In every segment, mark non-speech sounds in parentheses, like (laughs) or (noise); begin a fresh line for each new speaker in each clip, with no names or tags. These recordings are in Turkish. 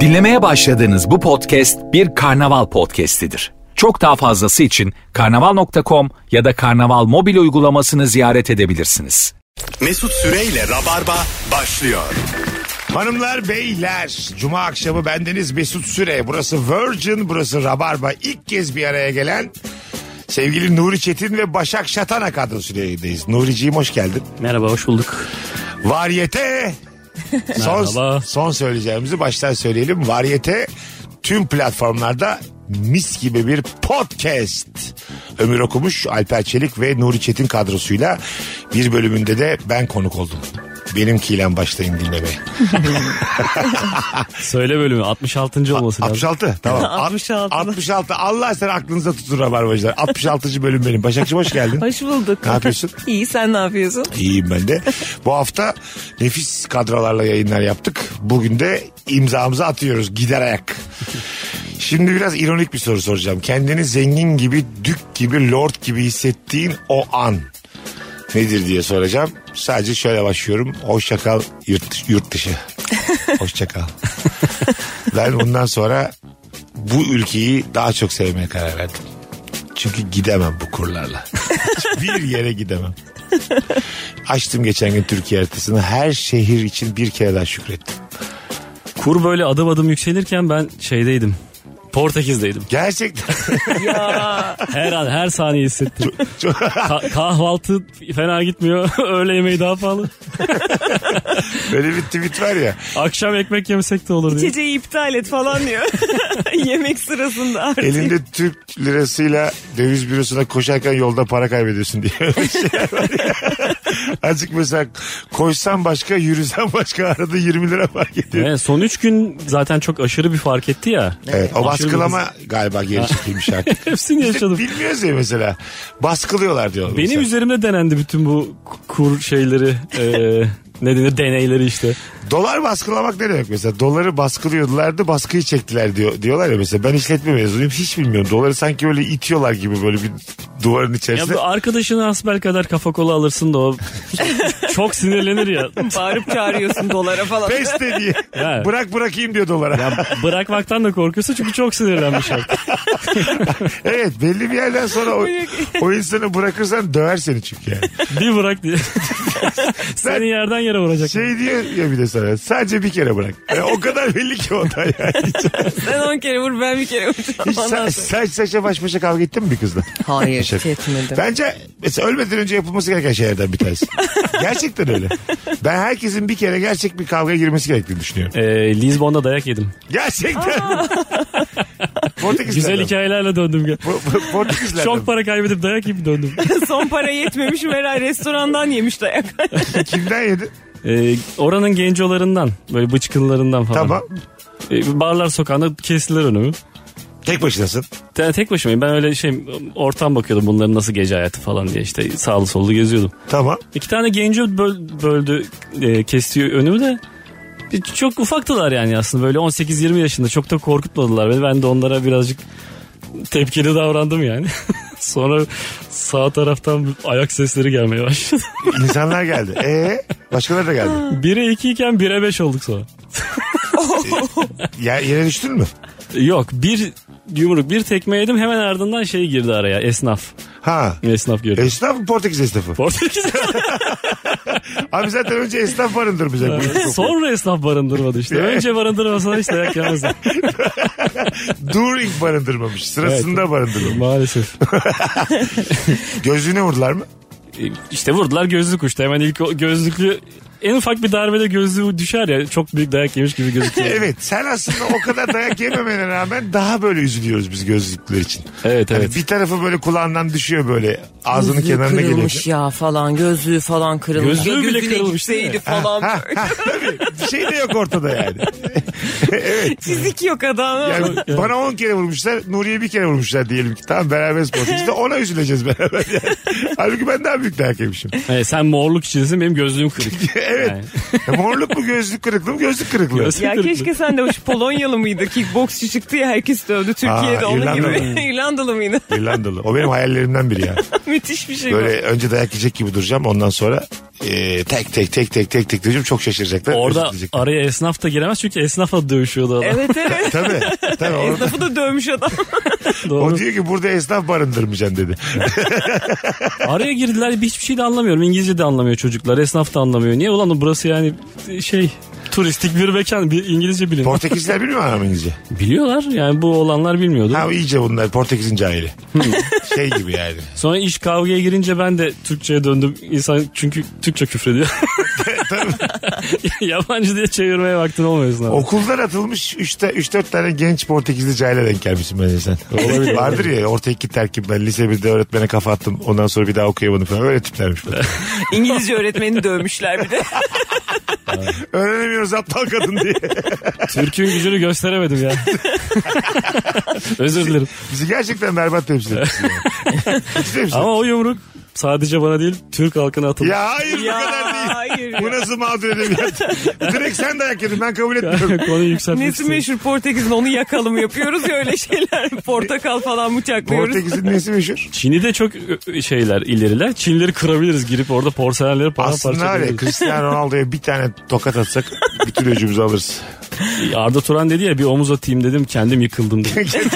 Dinlemeye başladığınız bu podcast bir karnaval podcastidir. Çok daha fazlası için karnaval.com ya da karnaval mobil uygulamasını ziyaret edebilirsiniz.
Mesut Süreyle Rabarba başlıyor.
Hanımlar beyler cuma akşamı bendeniz Mesut Süre burası Virgin burası Rabarba ilk kez bir araya gelen sevgili Nuri Çetin ve Başak Şatana kadın süreyideyiz. Nuriciğim hoş geldin.
Merhaba hoş bulduk.
Varyete son,
Merhaba.
son söyleyeceğimizi baştan söyleyelim. Varyete tüm platformlarda mis gibi bir podcast. Ömür Okumuş, Alper Çelik ve Nuri Çetin kadrosuyla bir bölümünde de ben konuk oldum. Benimkiyle başlayın dinlemeye.
Söyle bölümü 66. olması lazım.
66 tamam.
66.
66. Allah sen aklınıza tutun rabarbacılar. 66. bölüm benim. Başakçım hoş geldin.
Hoş bulduk.
Ne yapıyorsun?
(laughs) İyi sen ne yapıyorsun?
İyiyim ben de. Bu hafta nefis kadrolarla yayınlar yaptık. Bugün de imzamızı atıyoruz gider ayak. Şimdi biraz ironik bir soru soracağım. Kendini zengin gibi, dük gibi, lord gibi hissettiğin o an nedir diye soracağım. Sadece şöyle başlıyorum. Hoşça kal yurt, dış- yurt dışı. Hoşça kal. ben bundan sonra bu ülkeyi daha çok sevmeye karar verdim. Çünkü gidemem bu kurlarla. Hiçbir yere gidemem. Açtım geçen gün Türkiye haritasını. Her şehir için bir kere daha şükrettim.
Kur böyle adım adım yükselirken ben şeydeydim. Portekiz'deydim.
Gerçekten. (laughs)
Her an her saniye hissettim. Ka- kahvaltı fena gitmiyor. (laughs) Öğle yemeği daha pahalı.
Böyle bir tweet var ya.
Akşam ekmek yemesek de olur diye.
İçeceği iptal et falan diyor.
(laughs)
Yemek sırasında artık.
Elinde Türk lirasıyla döviz bürosuna koşarken yolda para kaybediyorsun diye. (laughs) Öyle şeyler var ya. Azıcık mesela koşsan başka yürüsen başka arada 20 lira fark ediyor. Evet.
Evet, son 3 gün zaten çok aşırı bir fark etti ya.
o
Aşırı
baskılama galiba geri çekilmiş
(laughs)
artık.
Hepsini yaşadım.
Bilmiyoruz ya mesela. Baskılıyorlar diyorlar.
Benim
mesela.
üzerimde denendi bütün bu kur şeyleri. (laughs) eee, ne denir deneyleri işte.
Dolar baskılamak ne demek mesela? Doları baskılıyorlardı baskıyı çektiler diyor, diyorlar ya mesela. Ben işletme mezunuyum hiç bilmiyorum. Doları sanki böyle itiyorlar gibi böyle bir duvarın
Ya
içerisinde.
bu arkadaşına asbel kadar kafa kola alırsın da o (laughs) çok sinirlenir ya.
Bağırıp çağırıyorsun dolara falan.
Peste
(laughs)
diye.
Ya.
Bırak bırakayım diyor dolara. (laughs)
Bırakmaktan da korkuyorsun çünkü çok sinirlenmiş artık.
evet belli bir yerden sonra o, o insanı bırakırsan döver seni çünkü yani.
Bir
(laughs)
bırak diye. Seni yerden yere vuracak.
Şey diyor ya bir de sana sadece bir kere bırak. Yani o kadar belli ki o da
(laughs)
yani.
Sen on kere vur ben bir kere
Hiç
vur.
sa- saç saça baş başa kavga ettin mi bir kızla?
Hayır
Şaka.
etmedim.
Bence mesela ölmeden önce yapılması gereken şeylerden bir tanesi. Gerçekten öyle. Ben herkesin bir kere gerçek bir kavgaya girmesi gerektiğini düşünüyorum.
Ee, Lizbon'da dayak yedim.
Gerçekten. Portekizlerden.
Güzel hikayelerle döndüm. ya.
Po- po- Portekizlerden.
Çok para kaybedip dayak yiyip döndüm.
Son para yetmemiş Meral restorandan yemiş dayak.
Kimden yedin?
Ee, oranın gencolarından, böyle bıçkınlarından falan.
Tamam.
Ee, barlar sokağında kestiler önümü.
Tek başınasın.
Te- Tek başımayım. Ben öyle şey ortam bakıyordum bunların nasıl gece hayatı falan diye işte sağlı sollu geziyordum.
Tamam.
İki tane genco böl- böldü e, kesti önümü de Bir- çok ufaktılar yani aslında böyle 18-20 yaşında çok da korkutmadılar beni. Ben de onlara birazcık tepkili davrandım yani. (laughs) Sonra sağ taraftan ayak sesleri gelmeye başladı.
İnsanlar geldi. Ee, başkaları da geldi.
1'e 2 iken 1'e 5 olduk sonra.
Ya, yere düştün mü?
Yok bir yumruk bir tekme yedim hemen ardından şey girdi araya esnaf.
Ha.
Esnaf gördüm.
Esnaf mı Portekiz esnafı?
Portekiz.
Abi zaten önce esnaf barındırmayacak. bu-
Sonra esnaf barındırmadı işte. Önce barındırmasalar işte ayak yemezdi.
During barındırmamış. Sırasında barındırmamış.
Maalesef.
Gözüne vurdular mı?
İşte E, vurdular gözlük uçtu. Hemen ilk o gözlüklü en ufak bir darbede gözlüğü düşer ya çok büyük dayak yemiş gibi gözüküyor.
(laughs) Evet sen aslında o kadar dayak yememene rağmen daha böyle üzülüyoruz biz gözlükler için.
Evet,
Hani
evet.
bir tarafı böyle kulağından düşüyor böyle ağzının
Gözlüğü
kenarına geliyor.
kırılmış ya falan gözlüğü falan kırılmış.
Gözlüğü
Ya
bile
gözüne
kırılmış değil
gitseydi
mi?
falan.
Ha, ha, tabii bir şey de yok ortada yani.
Fizik yok adamın.
yani bana 10 kere vurmuşlar Nuriye bir kere vurmuşlar diyelim ki tamam beraber sportuzda ona üzüleceğiz beraber yani. Halbuki ben daha büyük dayak yemişim. (laughs)
Evet, e, sen morluk içindesin benim gözlüğüm kırık.
evet.
Yani.
Morluk mu gözlük kırıklığı mı gözlük kırıklığı.
Göz-
Ya keşke sen de şu Polonyalı mıydı? Kickboksçu çıktı ya herkes dövdü Türkiye'de
Aa,
onun
İrlandalı.
gibi. (laughs) İrlandalı mıydı?
İrlandalı. O benim hayallerimden biri ya.
Müthiş bir şey bu.
Böyle önce dayak yiyecek gibi duracağım ondan sonra e, tek tek tek tek tek tek diyeceğim çok şaşıracaklar.
Orada
özür dileyecekler.
araya esnaf da giremez çünkü esnafla dövüşüyordu adam.
Evet evet.
Tabii
(laughs)
tabii orada.
Esnafı da dövmüş adam.
Doğru.
O (laughs) diyor ki burada esnaf barındırmayacaksın dedi.
Araya girdiler hiçbir şey de anlamıyorum. İngilizce de anlamıyor çocuklar. Esnaf da anlamıyor. Niye ulan burası yani şey turistik bir mekan. Bir İngilizce bilin.
Portekizler bilmiyor mu
(laughs)
İngilizce?
Biliyorlar yani bu olanlar bilmiyordu.
Ha iyice bunlar Portekiz'in cahili. (laughs) şey gibi yani.
Sonra iş kavgaya girince ben de Türkçe'ye döndüm. İnsan çünkü Türkçe küfrediyor. (laughs) Yabancı diye çevirmeye vaktin olmuyorsun abi.
Okuldan atılmış 3-4 tane genç Portekizli cahile denk gelmişsin bence sen. Vardır ya orta iki terkim ben lise 1'de öğretmene kafa attım ondan sonra bir daha okuyamadım falan öyle tiplermiş.
(laughs)
bunlar.
(laughs) İngilizce öğretmeni dövmüşler (laughs) bir de.
Öğrenemiyoruz aptal kadın
(laughs)
diye.
Türk'ün gücünü gösteremedim
(laughs)
ya. Özür dilerim.
Bizi gerçekten berbat temsil etmişsin. yani. Hiç temsil
Ama o yumruk sadece bana değil Türk halkına atıldı.
Ya hayır bu kadar değil.
hayır.
Bu nasıl mağdur edebiyat? Direkt sen dayak yedin ben kabul
(laughs)
etmiyorum.
(laughs) Konuyu yükseltmek
Nesi
istedim.
meşhur Portekiz'in onu yakalım yapıyoruz ya
(laughs)
öyle şeyler. Portakal falan bıçaklıyoruz.
Portekiz'in nesi meşhur?
Çin'i de çok ö- şeyler ileriler. Çinleri kırabiliriz girip orada porselenleri paramparça
Aslında öyle
edebiliriz.
Cristiano Ronaldo'ya bir tane tokat atsak bütün öcümüzü alırız.
Arda Turan dedi ya bir omuz atayım dedim kendim
(laughs)
yıkıldım dedi.
(laughs)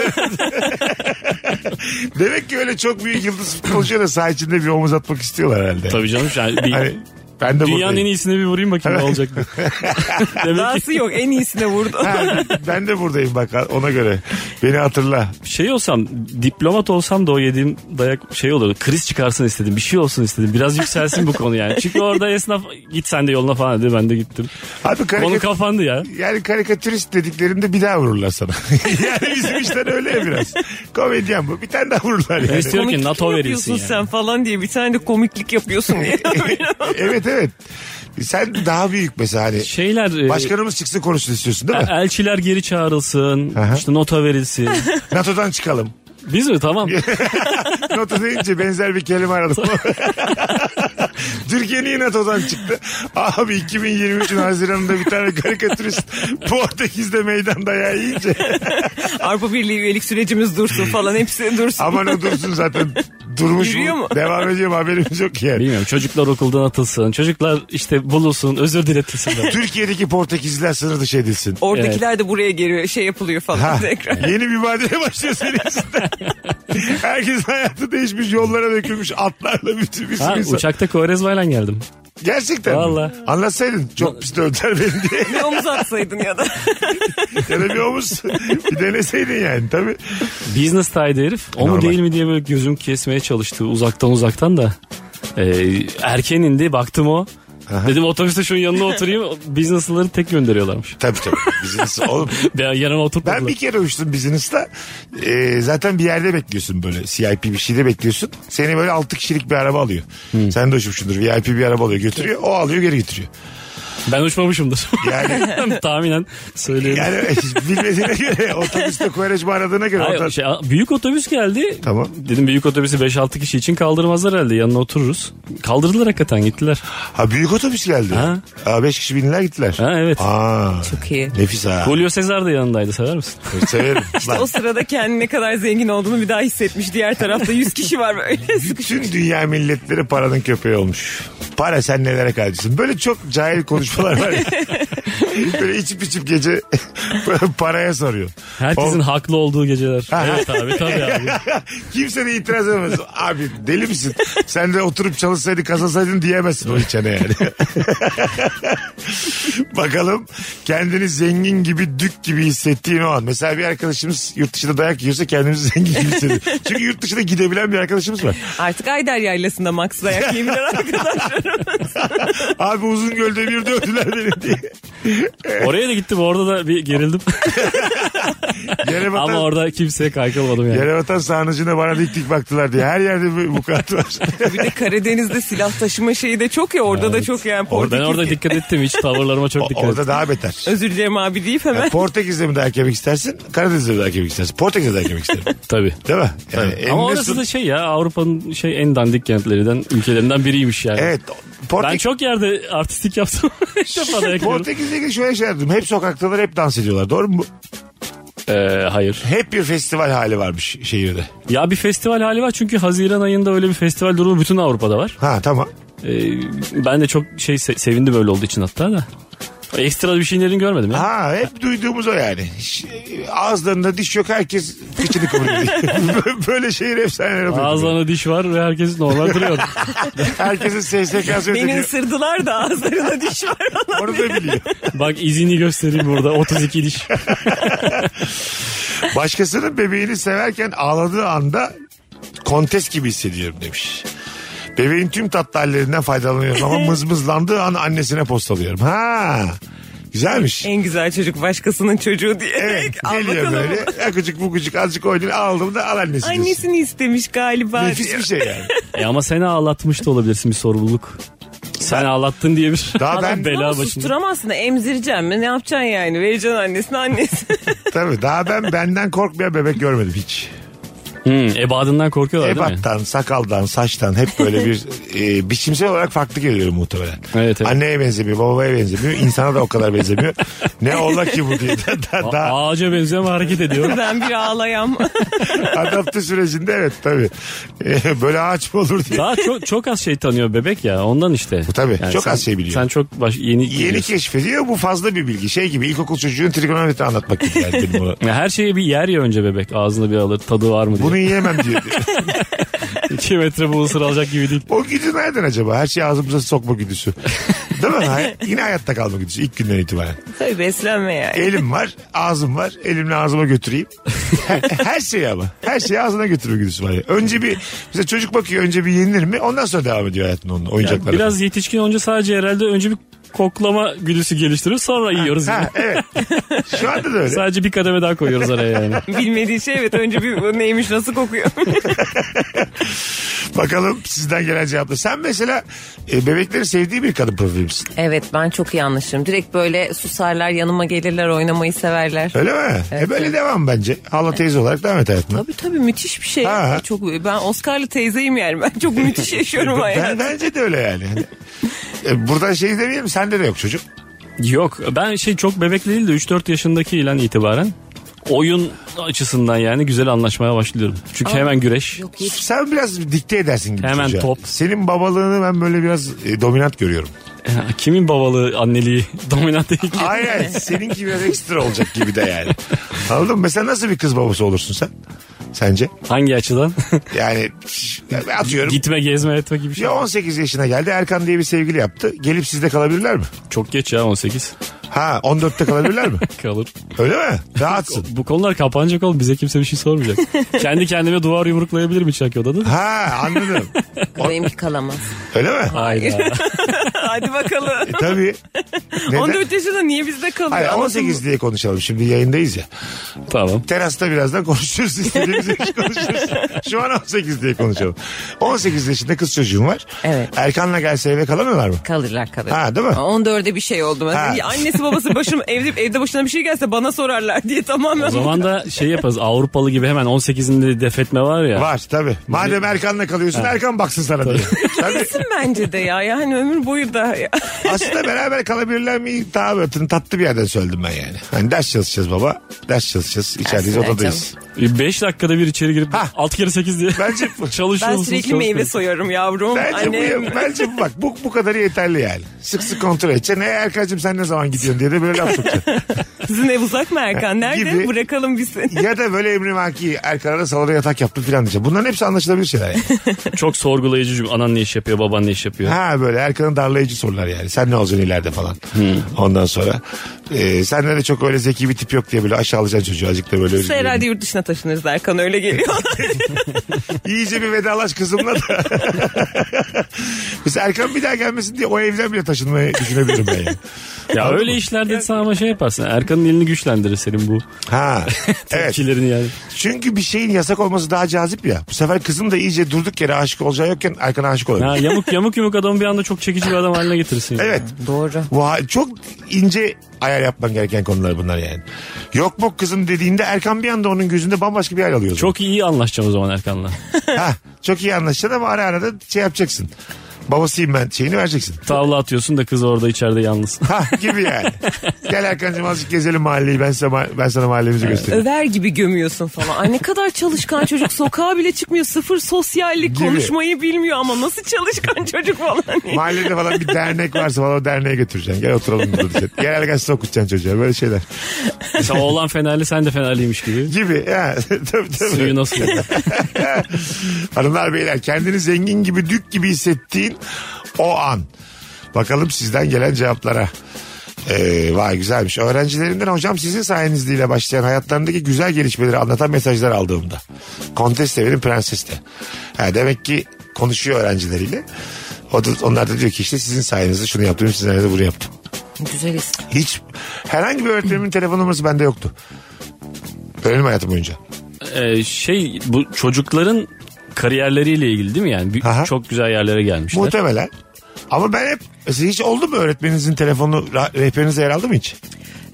Demek ki öyle çok büyük yıldız futbolcuya da saha içinde bir omuz atmak istiyorlar herhalde.
Tabii canım yani bir-
Hani ben de (laughs)
dünyanın en
buradayım.
iyisine bir vurayım bakayım ne olacak. mı?
(laughs)
Demek ki
Dahası yok en iyisine vurdu.
Ha, ben de buradayım bak ona göre. Beni hatırla.
şey olsam diplomat olsam da o yediğim dayak şey olurdu. Kriz çıkarsın istedim bir şey olsun istedim. Biraz yükselsin bu konu yani. Çünkü orada esnaf git sen de yoluna falan dedi ben de gittim.
Abi
Konu
karikatür...
kapandı ya.
yani karikatürist dediklerinde bir daha vururlar sana. (laughs) yani bizim işler öyle ya biraz. Komedyen bu. Bir tane daha vururlar
Ben
yani.
istiyorum ki
Komiklik
NATO verilsin
yapıyorsun
yani.
sen falan diye bir tane de komiklik yapıyorsun
(laughs)
diye.
evet evet. Sen daha büyük mesela hani.
Şeyler e,
Başkanımız çıksın konuşsun istiyorsun
(laughs)
değil mi?
elçiler geri çağrılsın.
Aha.
işte nota verilsin.
NATO'dan çıkalım.
Biz mi tamam.
NATO deyince benzer bir kelime
(laughs)
aradım. Türkiye niye NATO'dan çıktı? Abi 2023'ün Haziran'ında bir tane karikatürist Portekiz'de meydan dayağı yiyince.
Avrupa Birliği üyelik sürecimiz dursun falan hepsi dursun.
Aman o dursun zaten. Durmuş
Yürüyor
bu.
mu?
Devam ediyor mu? haberimiz yok yani.
Bilmiyorum çocuklar okuldan atılsın. Çocuklar işte bulunsun özür diletilsin.
Türkiye'deki Portekizliler sınır dışı edilsin.
Oradakiler de buraya geliyor şey yapılıyor falan
Ha,
tekrar.
yeni bir mübadele başlıyor senin içinde. Herkes hayatı değişmiş, yollara dökülmüş atlarla bütün bir sürü
Ha,
insan.
uçakta Kovarezmayla geldim.
Gerçekten mi?
Valla.
Anlatsaydın çok pis dövdüler beni diye.
Bir omuz atsaydın ya da.
Ya da bir omuz. bir deneseydin yani tabii.
Business tie'di herif. O mu
Normal.
değil mi diye böyle gözüm kesmeye çalıştı uzaktan uzaktan da. Ee, erken indi baktım o. Dedim otobüste şunun
(laughs)
yanına oturayım. Business'ları tek gönderiyorlarmış.
Tabii tabii. Business oğlum.
Ben yanıma oturtmadılar.
Ben bir kere uçtum business'ta. Ee, zaten bir yerde bekliyorsun böyle. CIP bir şeyde bekliyorsun. Seni böyle 6 kişilik bir araba alıyor.
Hmm.
Sen de uçmuşsundur. VIP bir araba alıyor götürüyor. O alıyor geri getiriyor.
Ben uçmamışımdır.
Yani
(laughs) Tahminen söylüyorum.
yani (laughs) bilmediğine
(laughs)
göre otobüste koyarıcı aradığına göre.
Hayır,
orada-
şey, büyük otobüs geldi.
Tamam.
Dedim büyük otobüsü 5-6 kişi için kaldırmazlar herhalde yanına otururuz. Kaldırdılar hakikaten gittiler.
Ha büyük otobüs geldi.
Ha.
Ha. Beş kişi bindiler gittiler.
Ha evet.
Aa,
Çok iyi.
nefis ha.
Julio Cesar da yanındaydı sever misin?
Severim. Lan,
O sırada kendine ne kadar zengin olduğunu bir daha hissetmiş. Diğer tarafta 100 kişi var böyle sıkışık.
Bütün dünya milletleri paranın köpeği olmuş. Para sen nelere kardeşsin. Böyle çok cahil konuşmalar var ya. Böyle içip içip gece (laughs) paraya soruyor.
Herkesin
O-
haklı olduğu geceler. evet abi
(laughs)
tabii abi.
Kimse de itiraz edemez. Abi deli misin? Sen de oturup çalışsaydın kazansaydın diyemezsin o içene yani. (laughs) Bakalım kendini zengin gibi dük gibi hissettiğin o an. Mesela bir arkadaşımız yurt dışında dayak yiyorsa kendimizi zengin gibi hissediyor. Çünkü yurt dışına gidebilen bir arkadaşımız var.
Artık Ayder Yaylası'nda Max dayak yeminler arkadaşlarım.
Abi uzun gölde bir dövdüler beni diye.
Oraya da gittim orada da bir gerildim.
Yere batan,
Ama orada kimseye kaykılmadım yani.
yere batan sarnıcına bana dik dik baktılar diye. Her yerde bir vukuat var.
bir de Karadeniz'de silah taşıma şeyi de çok ya orada da çok yani
ben
Portekiz.
orada dikkat ettim hiç
(laughs)
tavırlarıma çok (laughs) dikkat ettim.
Orada daha beter.
Özür dilerim abi deyip
Yani
hemen.
Portekiz'de mi dayak yemek istersin? Karadeniz'de mi dayak yemek istersin? Portekiz'de dayak yemek isterim.
Tabii.
Değil mi? Yani eline
Ama orası
sür-
da şey ya Avrupa'nın şey en dandik kentlerinden ülkelerinden biriymiş yani.
Evet.
Ben
Portek...
çok yerde artistik yaptım. (laughs) İlk defa dayak yiyorum.
Portekiz'le ilgili şöyle şeyler duydum. Hep sokaktalar hep dans ediyorlar. Doğru mu?
Ee, hayır.
Hep bir festival hali varmış şehirde.
Ya bir festival hali var çünkü Haziran ayında öyle bir festival durumu bütün Avrupa'da var.
Ha tamam.
Ee, ben de çok şey se- sevindi böyle olduğu için hatta da. Ekstra bir şeylerini görmedim ya.
Ha hep duyduğumuz o yani. Ş- Ağızlarında diş yok herkes kıçını kıvırıyor.
(laughs)
Böyle şehir efsaneleri duydum.
Ağızlarına diş var ve herkes
(laughs)
normal duruyor.
Herkesin SSK'sı
Beni
ödeniyor.
ısırdılar da ağızlarına diş var.
(laughs) Onu da biliyor.
Bak izini göstereyim burada 32 diş.
Başkasının bebeğini severken ağladığı anda kontes gibi hissediyorum demiş. Bebeğin tüm tatlı hallerinden faydalanıyorum
(laughs)
ama mızmızlandığı an annesine postalıyorum. Ha güzelmiş.
en güzel çocuk başkasının çocuğu diye.
Evet
E, Al
geliyor
bakalım.
böyle akıcık bukucuk azıcık oynayın aldım da al annesi. diyorsun.
Annesini istemiş galiba.
Nefis
diyor.
bir şey yani.
E ama seni ağlatmış da olabilirsin bir sorumluluk. Sen ağlattın diye bir
(laughs) Daha
adam
ben-
(laughs) bela
Ama
başında.
susturamazsın da emzireceksin mi? Ne yapacaksın yani? Vereceksin annesine annesi.
Tabii daha ben benden korkmayan bebek görmedim hiç.
Hmm, ebadından korkuyorlar değil mi?
Ebattan, sakaldan, saçtan hep böyle
(laughs)
bir e, biçimsel olarak farklı geliyorum muhtemelen.
Evet, evet.
Anneye benzemiyor, babaya benzemiyor, insana da o kadar benzemiyor. ne ola ki bu diye. (laughs) Daha, daha
A- ağaca benziyor ama hareket ediyor.
(laughs)
(laughs) ben bir ağlayam.
adapte sürecinde evet tabii. E, böyle ağaç mı olur diye.
Daha çok çok az şey tanıyor bebek ya ondan işte.
Tabii, çok
sen-
az şey biliyor.
Sen çok baş, yeni
Yeni
biliyorsun.
keşfediyor bu fazla bir bilgi. Şey gibi ilkokul çocuğun trigonometri anlatmak gibi yani benim
(laughs)
bunu.
Ya her şeyi bir yer ya önce bebek ağzını bir alır tadı var mı diye. (laughs)
Bunu yiyemem diyor.
2 metre bu ısır alacak gibi değil.
O güdü nereden acaba? Her şeyi ağzımıza sokma güdüsü. Değil mi? Hay- Yine hayatta kalma güdüsü ilk günden itibaren.
(laughs) Tabii beslenme yani.
Elim var, ağzım var. Elimle ağzıma götüreyim. Her, her şeyi ama. Her şeyi ağzına götürme güdüsü var. ya. Önce bir mesela çocuk bakıyor önce bir yenilir mi? Ondan sonra devam ediyor hayatında onun oyuncakları.
Biraz yetişkin olunca sadece herhalde önce bir koklama güdüsü geliştirir sonra yiyoruz.
Ha
yine.
evet. Şu anda da öyle.
Sadece bir kademe daha koyuyoruz araya yani.
E-
Bilmediği şey evet önce bir bu neymiş nasıl kokuyor.
Bakalım sizden gelen cevaplar. Sen mesela e, bebekleri sevdiği bir kadın profili misin?
evet ben çok iyi anlaşırım. Direkt böyle susarlar yanıma gelirler oynamayı severler.
Öyle mi? e böyle devam bence. Hala teyze olarak devam et hayatına.
Tabii tabii müthiş bir şey.
Ha.
Çok ben Oscar'lı teyzeyim yani. Ben
(laughs)
çok müthiş yaşıyorum
Ben,
hayatı.
bence de öyle yani. Hani, e, buradan şey demeyelim sende de yok çocuk.
Yok ben şey çok bebek değil de 3-4 yaşındaki ilan itibaren oyun açısından yani güzel anlaşmaya başlıyorum. Çünkü hemen güreş.
Yok hiç.
Sen biraz dikte edersin gibi
Hemen
çocuğa.
top.
Senin babalığını ben böyle biraz e, dominant görüyorum.
Ya, Ee, Kimin babalığı anneliği (laughs) dominant değil ki.
Aynen seninki biraz ekstra olacak gibi de yani. Anladın mı? Mesela nasıl bir kız babası olursun sen? Sence?
Hangi açıdan? (laughs)
Yani atıyorum.
Gitme gezme etme gibi şey.
Ya 18 yaşına geldi Erkan diye bir sevgili yaptı. Gelip sizde kalabilirler mi?
Çok geç ya 18
Ha 14'te kalabilirler mi?
kalır.
Öyle mi? Rahatsın.
Bu konular kapanacak oğlum bize kimse bir şey
(laughs)
sormayacak. Kendi kendime duvar yumruklayabilirim içerki odada da.
Ha anladım. (laughs)
Benimki kalamaz.
Öyle mi?
Hayda.
Hadi bakalım.
E, tabii. Neden?
14 yaşında niye bizde kalıyor?
Hayır
Ama
18 diye konuşalım. Şimdi yayındayız ya.
(laughs) tamam.
Terasta birazdan konuşuruz. İstediğimiz gibi konuşuruz. Şu an 18 diye konuşalım. 18 yaşında kız çocuğum var.
Evet.
Erkan'la gelse eve kalamıyorlar mı?
Kalırlar kalırlar.
Ha, değil mi?
14'e bir şey oldu. mesela.
Ha.
Ya Annesi
(laughs)
babası başım evde, evde başına bir şey gelse bana sorarlar diye tamamen.
O zaman da şey yaparız Avrupalı gibi hemen 18'inde defetme var ya.
Var tabii. Madem Erkan'la kalıyorsun Erkan baksın sana diye. (laughs) Tabii.
Kesin bence de ya. Yani ömür boyu da. ya.
Aslında beraber kalabilirler mi? Daha böyle tın- tatlı bir yerden söyledim ben yani. Hani ders çalışacağız baba. Ders çalışacağız. İçerideyiz
Aslında
odadayız.
5 dakikada bir içeri girip
Ha.
6 kere 8 diye
Bence bu.
(laughs) çalışıyor
Ben
musunuz,
sürekli
çalışmıyor
meyve
musunuz?
soyarım yavrum.
Bence bu,
Annem.
ya- bence bu bak bu, bu kadarı yeterli yani. Sık sık kontrol edeceksin. Hey Erkan'cığım sen ne zaman gidiyorsun diye de böyle laf sokacaksın.
Sizin ev uzak mı Erkan? Nerede?
Gibi.
Bırakalım biz seni.
ya da böyle emri vaki Erkan'a da salona yatak yaptım falan diyeceğim. Bunların hepsi anlaşılabilir şeyler yani.
Çok sorgulayıcı cümle. Anan ne iş yapıyor, baban ne iş yapıyor.
Ha böyle Erkan'ın darlayıcı sorular yani. Sen ne olacaksın ileride falan. Ondan sonra. E, senden de çok öyle zeki bir tip yok diye böyle aşağılayacaksın çocuğu. Azıcık da böyle.
Biz herhalde yurt dışına taşınırız Erkan öyle (laughs) geliyor.
İyice bir vedalaş kızımla da. Biz Erkan bir daha gelmesin diye o evden bile taşınmayı düşünebilirim ben yani.
Ya
Anladın
öyle
mı?
işlerde sen ama şey yaparsın. Erkan'ın elini güçlendirir senin bu (laughs)
Ha. evet.
tepkilerini yani.
Çünkü bir şeyin yasak olması daha cazip ya. Bu sefer kızın da iyice durduk yere aşık olacağı yokken Erkan'a aşık
Ha,
olabilir.
yamuk yamuk yumuk adamı bir anda çok çekici bir adam haline getirirsin.
Evet.
Doğru.
Bu ha- çok ince ayar yapman gereken konular bunlar yani. Yok mu kızım dediğinde Erkan bir anda onun gözünde bambaşka bir yer alıyor. o zaman.
Çok iyi anlaşacağım o zaman Erkan'la.
Ha, çok iyi anlaşacaksın ama ara ara da şey yapacaksın. Babasıyım ben şeyini vereceksin.
Tavla atıyorsun da kız orada
(laughs)
içeride yalnız.
Ha gibi yani. Gel Erkan'cığım azıcık gezelim mahalleyi ben sana, ma- ben sana mahallemizi göstereyim.
Över gibi gömüyorsun falan. Ay ne kadar çalışkan çocuk. Sokağa bile çıkmıyor. Sıfır sosyallik.
Gibi.
Konuşmayı bilmiyor ama nasıl çalışkan çocuk falan.
Mahallede falan bir dernek varsa falan o derneğe götüreceksin. Gel oturalım burada diyeceksin. Gel Erkan size okutacaksın çocuğa böyle şeyler.
Mesela oğlan fenerli sen de fenerliymiş gibi.
Gibi. Ha, (laughs) tabii tabii. (laughs)
Suyu nasıl yedin?
Hanımlar beyler kendini zengin gibi dük gibi hissettiğin o an. Bakalım sizden gelen cevaplara. Ee, vay güzelmiş. Öğrencilerimden hocam sizin sayenizdeyle başlayan hayatlarındaki güzel gelişmeleri anlatan mesajlar aldığımda. Kontes de benim prenses de. Ha, demek ki konuşuyor öğrencileriyle. O da, onlar da diyor ki işte sizin sayenizde şunu yaptım, sizin sayenizde bunu yaptım.
Güzel
Hiç herhangi bir öğretmenimin telefon numarası bende yoktu. Öğrenim hayatım boyunca.
Ee, şey bu çocukların kariyerleriyle ilgili değil mi yani? Bir-
Aha.
Çok güzel yerlere gelmişler.
Muhtemelen. Ama ben hep mesela hiç oldu mu öğretmeninizin telefonu ra- rehberinize yer aldı mı hiç?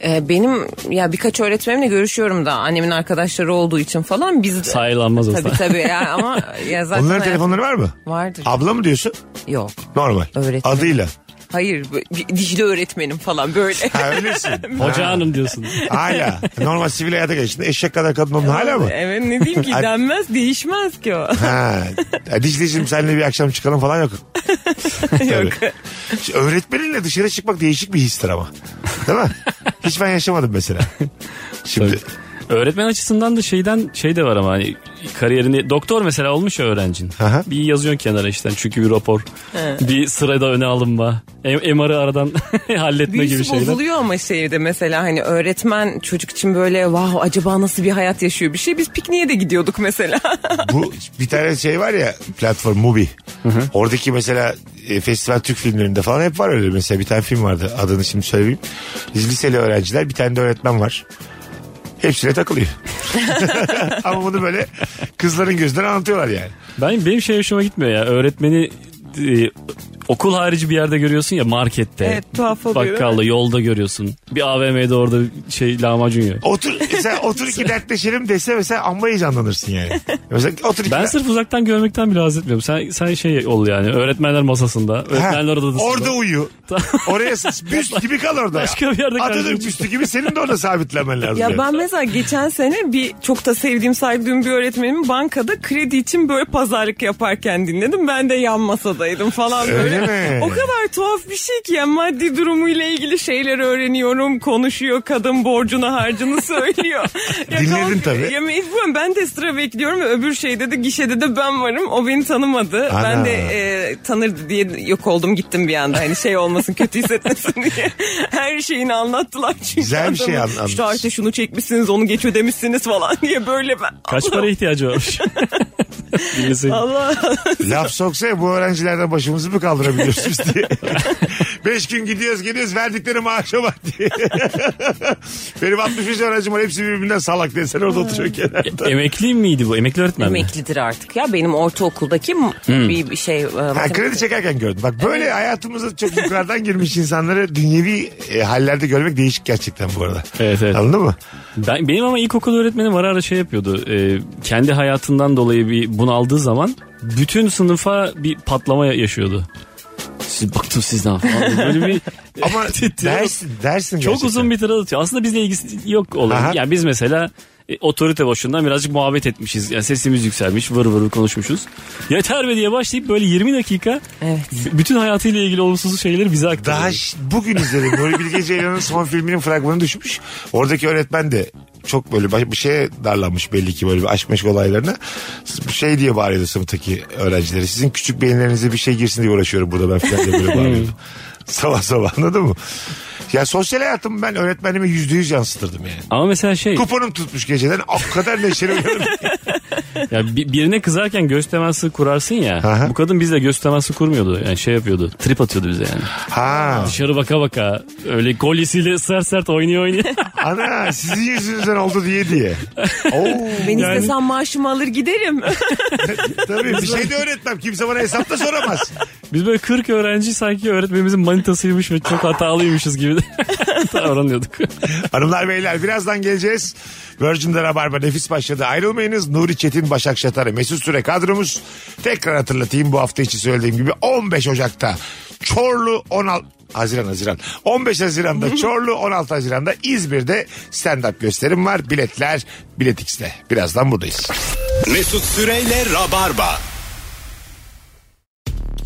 Ee, benim ya birkaç öğretmenimle görüşüyorum da annemin arkadaşları olduğu için falan biz de-
Sayılanmaz o
Tabii
zaman.
tabii ya ama ya zaten
Onların
hayat-
telefonları var mı?
vardır.
Abla mı diyorsun?
Yok.
Normal.
Öğretmen.
Adıyla.
Hayır bu- bir dişli öğretmenim falan böyle.
Ha öylesin.
Hoca
Ha,
hanım diyorsun.
Hala. Normal sivil hayata geçtin. Eşek kadar kadın onun hala mı?
Evet ne diyeyim
(laughs)
ki
Ay-
denmez değişmez ki o.
Ha. Ha, Dicle'cim seninle bir akşam çıkalım falan yok. Yok. Öğretmeninle dışarı çıkmak değişik bir histir ama. Değil mi? Hiç ben yaşamadım mesela. Şimdi
Öğretmen açısından da şeyden şey de var ama hani kariyerinde doktor mesela olmuş ya öğrencin.
Aha.
Bir yazıyorsun kenara işte çünkü bir rapor. bir sırada öne alınma. M- MR'ı aradan (laughs) halletme gibi
Büyüsü
şeyler.
bozuluyor ama şehirde mesela hani öğretmen çocuk için böyle vah acaba nasıl bir hayat yaşıyor bir şey. Biz pikniğe de gidiyorduk mesela.
Bu bir tane şey var ya platform Mubi. Oradaki mesela e, festival Türk filmlerinde falan hep var öyle mesela bir tane film vardı adını şimdi söyleyeyim. Biz liseli öğrenciler bir tane de öğretmen var. Hepsine takılıyor. (laughs) Ama bunu böyle kızların gözünden anlatıyorlar yani.
Ben benim şey hoşuma gitmiyor ya. Öğretmeni e, okul harici bir yerde görüyorsun ya markette.
Evet, tuhaf oluyor, değil
Bakkalda, yolda görüyorsun. Bir AVM'de orada şey lahmacun yiyor.
Otur, mesela otur
(laughs)
iki dertleşelim dese mesela amma heyecanlanırsın yani. Mesela otur iki
Ben sırf uzaktan görmekten bile haz etmiyorum. Sen, sen şey ol yani öğretmenler masasında,
Ha,
öğretmenler odasında.
Orada uyu.
Tamam.
Oraya sus. Büst gibi kal orada.
(laughs) Başka bir yerde
Atatürk
karşıma
büstü gibi senin de orada sabitlemen lazım. yani.
ya ben mesela geçen sene bir çok da sevdiğim saygıdığım bir öğretmenimi bankada kredi için böyle pazarlık yaparken dinledim. Ben de yan masadaydım falan böyle.
Öyle mi?
O kadar tuhaf bir şey ki ya maddi durumuyla ilgili şeyler öğreniyorum. Konuşuyor kadın borcunu harcını (laughs) söylüyor. Ya
Dinledin
kalk-
tabii.
Ya mecburen ben de sıra bekliyorum ve öbür şeyde de gişede de ben varım. O beni tanımadı.
Ana.
Ben de e, tanırdı diye yok oldum gittim bir anda. Hani şey olmasın kötü hissetmesin (laughs) diye. Her şeyini anlattılar çünkü.
Güzel bir şey
adamın.
anlatmış.
Şu tarihte şunu çekmişsiniz onu geç ödemişsiniz falan (laughs) diye böyle ben.
(laughs)
Kaç para ihtiyacı
(laughs)
varmış? Dinleseydin.
Allah.
Laf soksa ya, bu öğrencilerden başımızı mı kaldırabiliyorsunuz
(laughs)
diye. Beş gün gidiyoruz geliyoruz verdikleri maaşa bak diye. (laughs) Benim 65 öğrencim var hepsi birbirinden salak diye sen orada oturuyor kenarda.
Emekli miydi bu? Emekli öğretmen mi?
Emeklidir artık ya benim ortaokuldaki bir
e,
şey.
Hmm. Ha, kredi çekerken gördüm. Bak böyle hayatımıza çok yukarıdan girmiş insanları dünyevi e, hallerde görmek değişik gerçekten bu arada.
Evet, evet.
Anladın
(laughs)
mı?
Ben, benim ama ilkokul öğretmenim ara ara şey yapıyordu. E, kendi hayatından dolayı bir bunaldığı zaman bütün sınıfa bir patlama yaşıyordu. Siz baktım sizden falan. Böyle (laughs) bir
Ama
Titriyorum.
dersin, dersin
Çok
gerçekten.
uzun bir tirad atıyor. Aslında bizle ilgisi yok olay.
Aha.
Yani biz mesela e, otorite boşluğundan birazcık muhabbet etmişiz. Yani sesimiz yükselmiş, vır vır konuşmuşuz. Yeter be diye başlayıp böyle 20 dakika b- bütün hayatıyla ilgili olumsuz şeyleri bize aktarıyor.
Daha ş- bugün izledim. Nuri Bilge Ceylan'ın son filminin fragmanı düşmüş. Oradaki öğretmen de çok böyle baş- bir şeye darlanmış belli ki böyle bir aşk meşk olaylarına. S- Şey diye bağırıyordu sınıftaki öğrencilere. Sizin küçük beyinlerinize bir şey girsin diye uğraşıyorum burada ben falan diye böyle bağırıyordum. sabah sabah anladın mı? Ya sosyal hayatımı ben öğretmenime yüzde yüz yansıtırdım yani.
Ama mesela şey
Kuponum tutmuş geceden o kadar neşeli uyanırdım.
ya bi- birine kızarken göz teması kurarsın ya.
Aha.
Bu kadın bizle göz teması kurmuyordu. Yani şey yapıyordu. Trip atıyordu bize yani.
Ha.
Dışarı baka baka öyle kolisiyle sert sert oynuyor oynuyor.
Ana sizin yüzünüzden oldu diye diye. Oo.
Ben
Yani-
istesem maaşımı
(laughs)
alır giderim.
Tabii bir şey de öğretmem. Kimse bana hesap da soramaz.
Biz böyle 40 öğrenci sanki öğretmenimizin manitasıymış ve çok hatalıymışız gibi. (laughs) davranıyorduk.
Hanımlar beyler birazdan geleceğiz. Virgin'de Rabarba nefis başladı. Ayrılmayınız. Nuri Çetin, Başak Şatar, Mesut Süre kadromuz. Tekrar hatırlatayım bu hafta için söylediğim gibi 15 Ocak'ta Çorlu 16 Haziran Haziran. 15 Haziran'da Çorlu 16 Haziran'da İzmir'de stand-up gösterim var. Biletler Bilet X'te. Birazdan buradayız.
Mesut Süreyle Rabarba.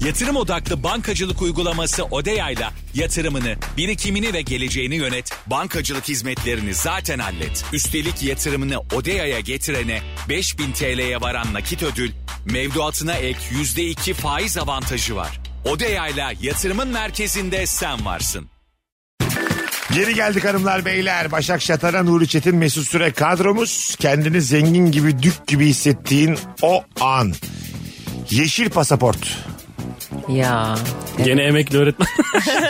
Yatırım odaklı bankacılık uygulaması Odeya'yla yatırımını, birikimini ve geleceğini yönet. Bankacılık hizmetlerini zaten hallet. Üstelik yatırımını Odeya'ya getirene 5000 TL'ye varan nakit ödül, mevduatına ek %2 faiz avantajı var. Odeya'yla yatırımın merkezinde sen varsın.
Geri geldik hanımlar beyler. Başak Şatar'a Nuri Çetin Mesut Süre kadromuz. Kendini zengin gibi dük gibi hissettiğin o an. Yeşil pasaport.
Ya.
Gene emekli öğretmen.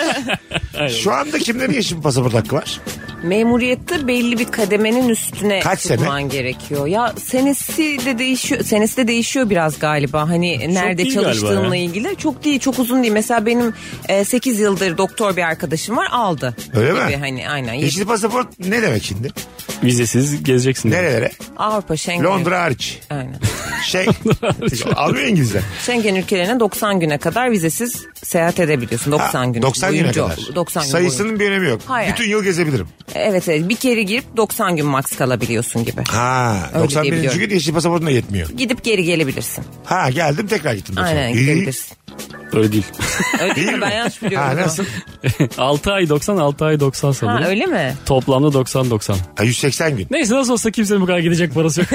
(laughs)
Şu anda kimlerin yeşil pasaport hakkı var?
Memuriyette belli bir kademenin üstüne
Kaç sene?
tutman gerekiyor. Ya senesi de değişiyor. Senesi de değişiyor biraz galiba. Hani nerede
değil galiba
çalıştığınla
ya.
ilgili. Çok değil, çok uzun değil. Mesela benim 8 yıldır doktor bir arkadaşım var, aldı.
Öyle
Gibi
mi?
Hani aynen.
Yeşil pasaport ne demek şimdi?
Vizesiz gezeceksin.
Nerelere?
Avrupa Schengen.
Londra hariç.
Aynen. (laughs)
Şey. Almıyor İngilizler.
Schengen ülkelerine 90 güne kadar vizesiz seyahat edebiliyorsun. 90
Ha,
gün.
90 güne
boyunca.
kadar.
90 gün
Sayısının
boyunca.
bir önemi yok.
Hayır.
Bütün yıl gezebilirim.
Evet evet bir kere girip 90 gün max kalabiliyorsun gibi.
Ha,
Öyle
91.
diyebiliyorum.
gün yeşil pasaportuna yetmiyor.
Gidip geri gelebilirsin.
Ha geldim tekrar gittim. doksan.
Aynen
İyi.
gidebilirsin.
Öyle değil. (laughs)
Öyle
Değil
mi? (laughs)
mi?
Ben yanlış biliyorum.
Ha
bunu.
nasıl?
6 ay 90, 6 ay 90 sanırım.
Ha öyle mi?
Toplamda 90-90.
Ha,
(laughs)
180 gün.
Neyse nasıl olsa kimsenin bu kadar gidecek parası yok.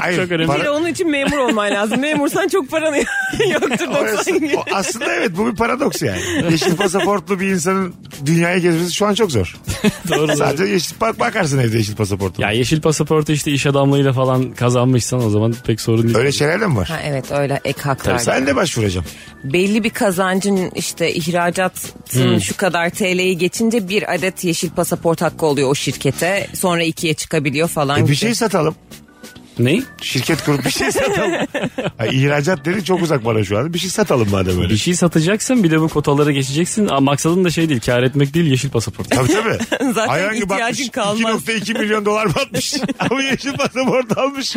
Hayır,
Çok önemli.
Bir de onun için memur olman lazım. Memursan çok paran
(laughs)
yoktur 90
Orası-
gün.
o aslında evet bu bir paradoks yani. Yeşil pasaportlu bir insanın dünyayı gezmesi şu an
(laughs)
çok zor.
Doğru.
Sadece yeşil bak bakarsın evde yeşil pasaportu.
Ya yeşil pasaportu işte iş adamlığıyla falan kazanmışsan o zaman pek sorun değil.
Öyle şeyler de mi var?
Ha evet öyle ek haklar.
Ben de başvuracağım.
Belli bir kazancın işte ihracatın
Hmm.
şu kadar TL'yi geçince bir adet yeşil pasaport hakkı oluyor o şirkete. Sonra ikiye çıkabiliyor falan.
E bir
gibi.
şey satalım.
Ney?
Şirket kurup bir şey satalım. Ay, ihracat dedi çok uzak bana şu an. Bir şey satalım madem öyle.
Bir şey satacaksın bir de bu kotalara geçeceksin. Aa, maksadın da şey değil kar etmek değil
(laughs)
yeşil pasaport.
Tabii tabii.
Zaten
Hayvan gibi
ihtiyacın
batmış.
kalmaz.
2.2 milyon dolar batmış. Ama yeşil pasaport almış. (laughs)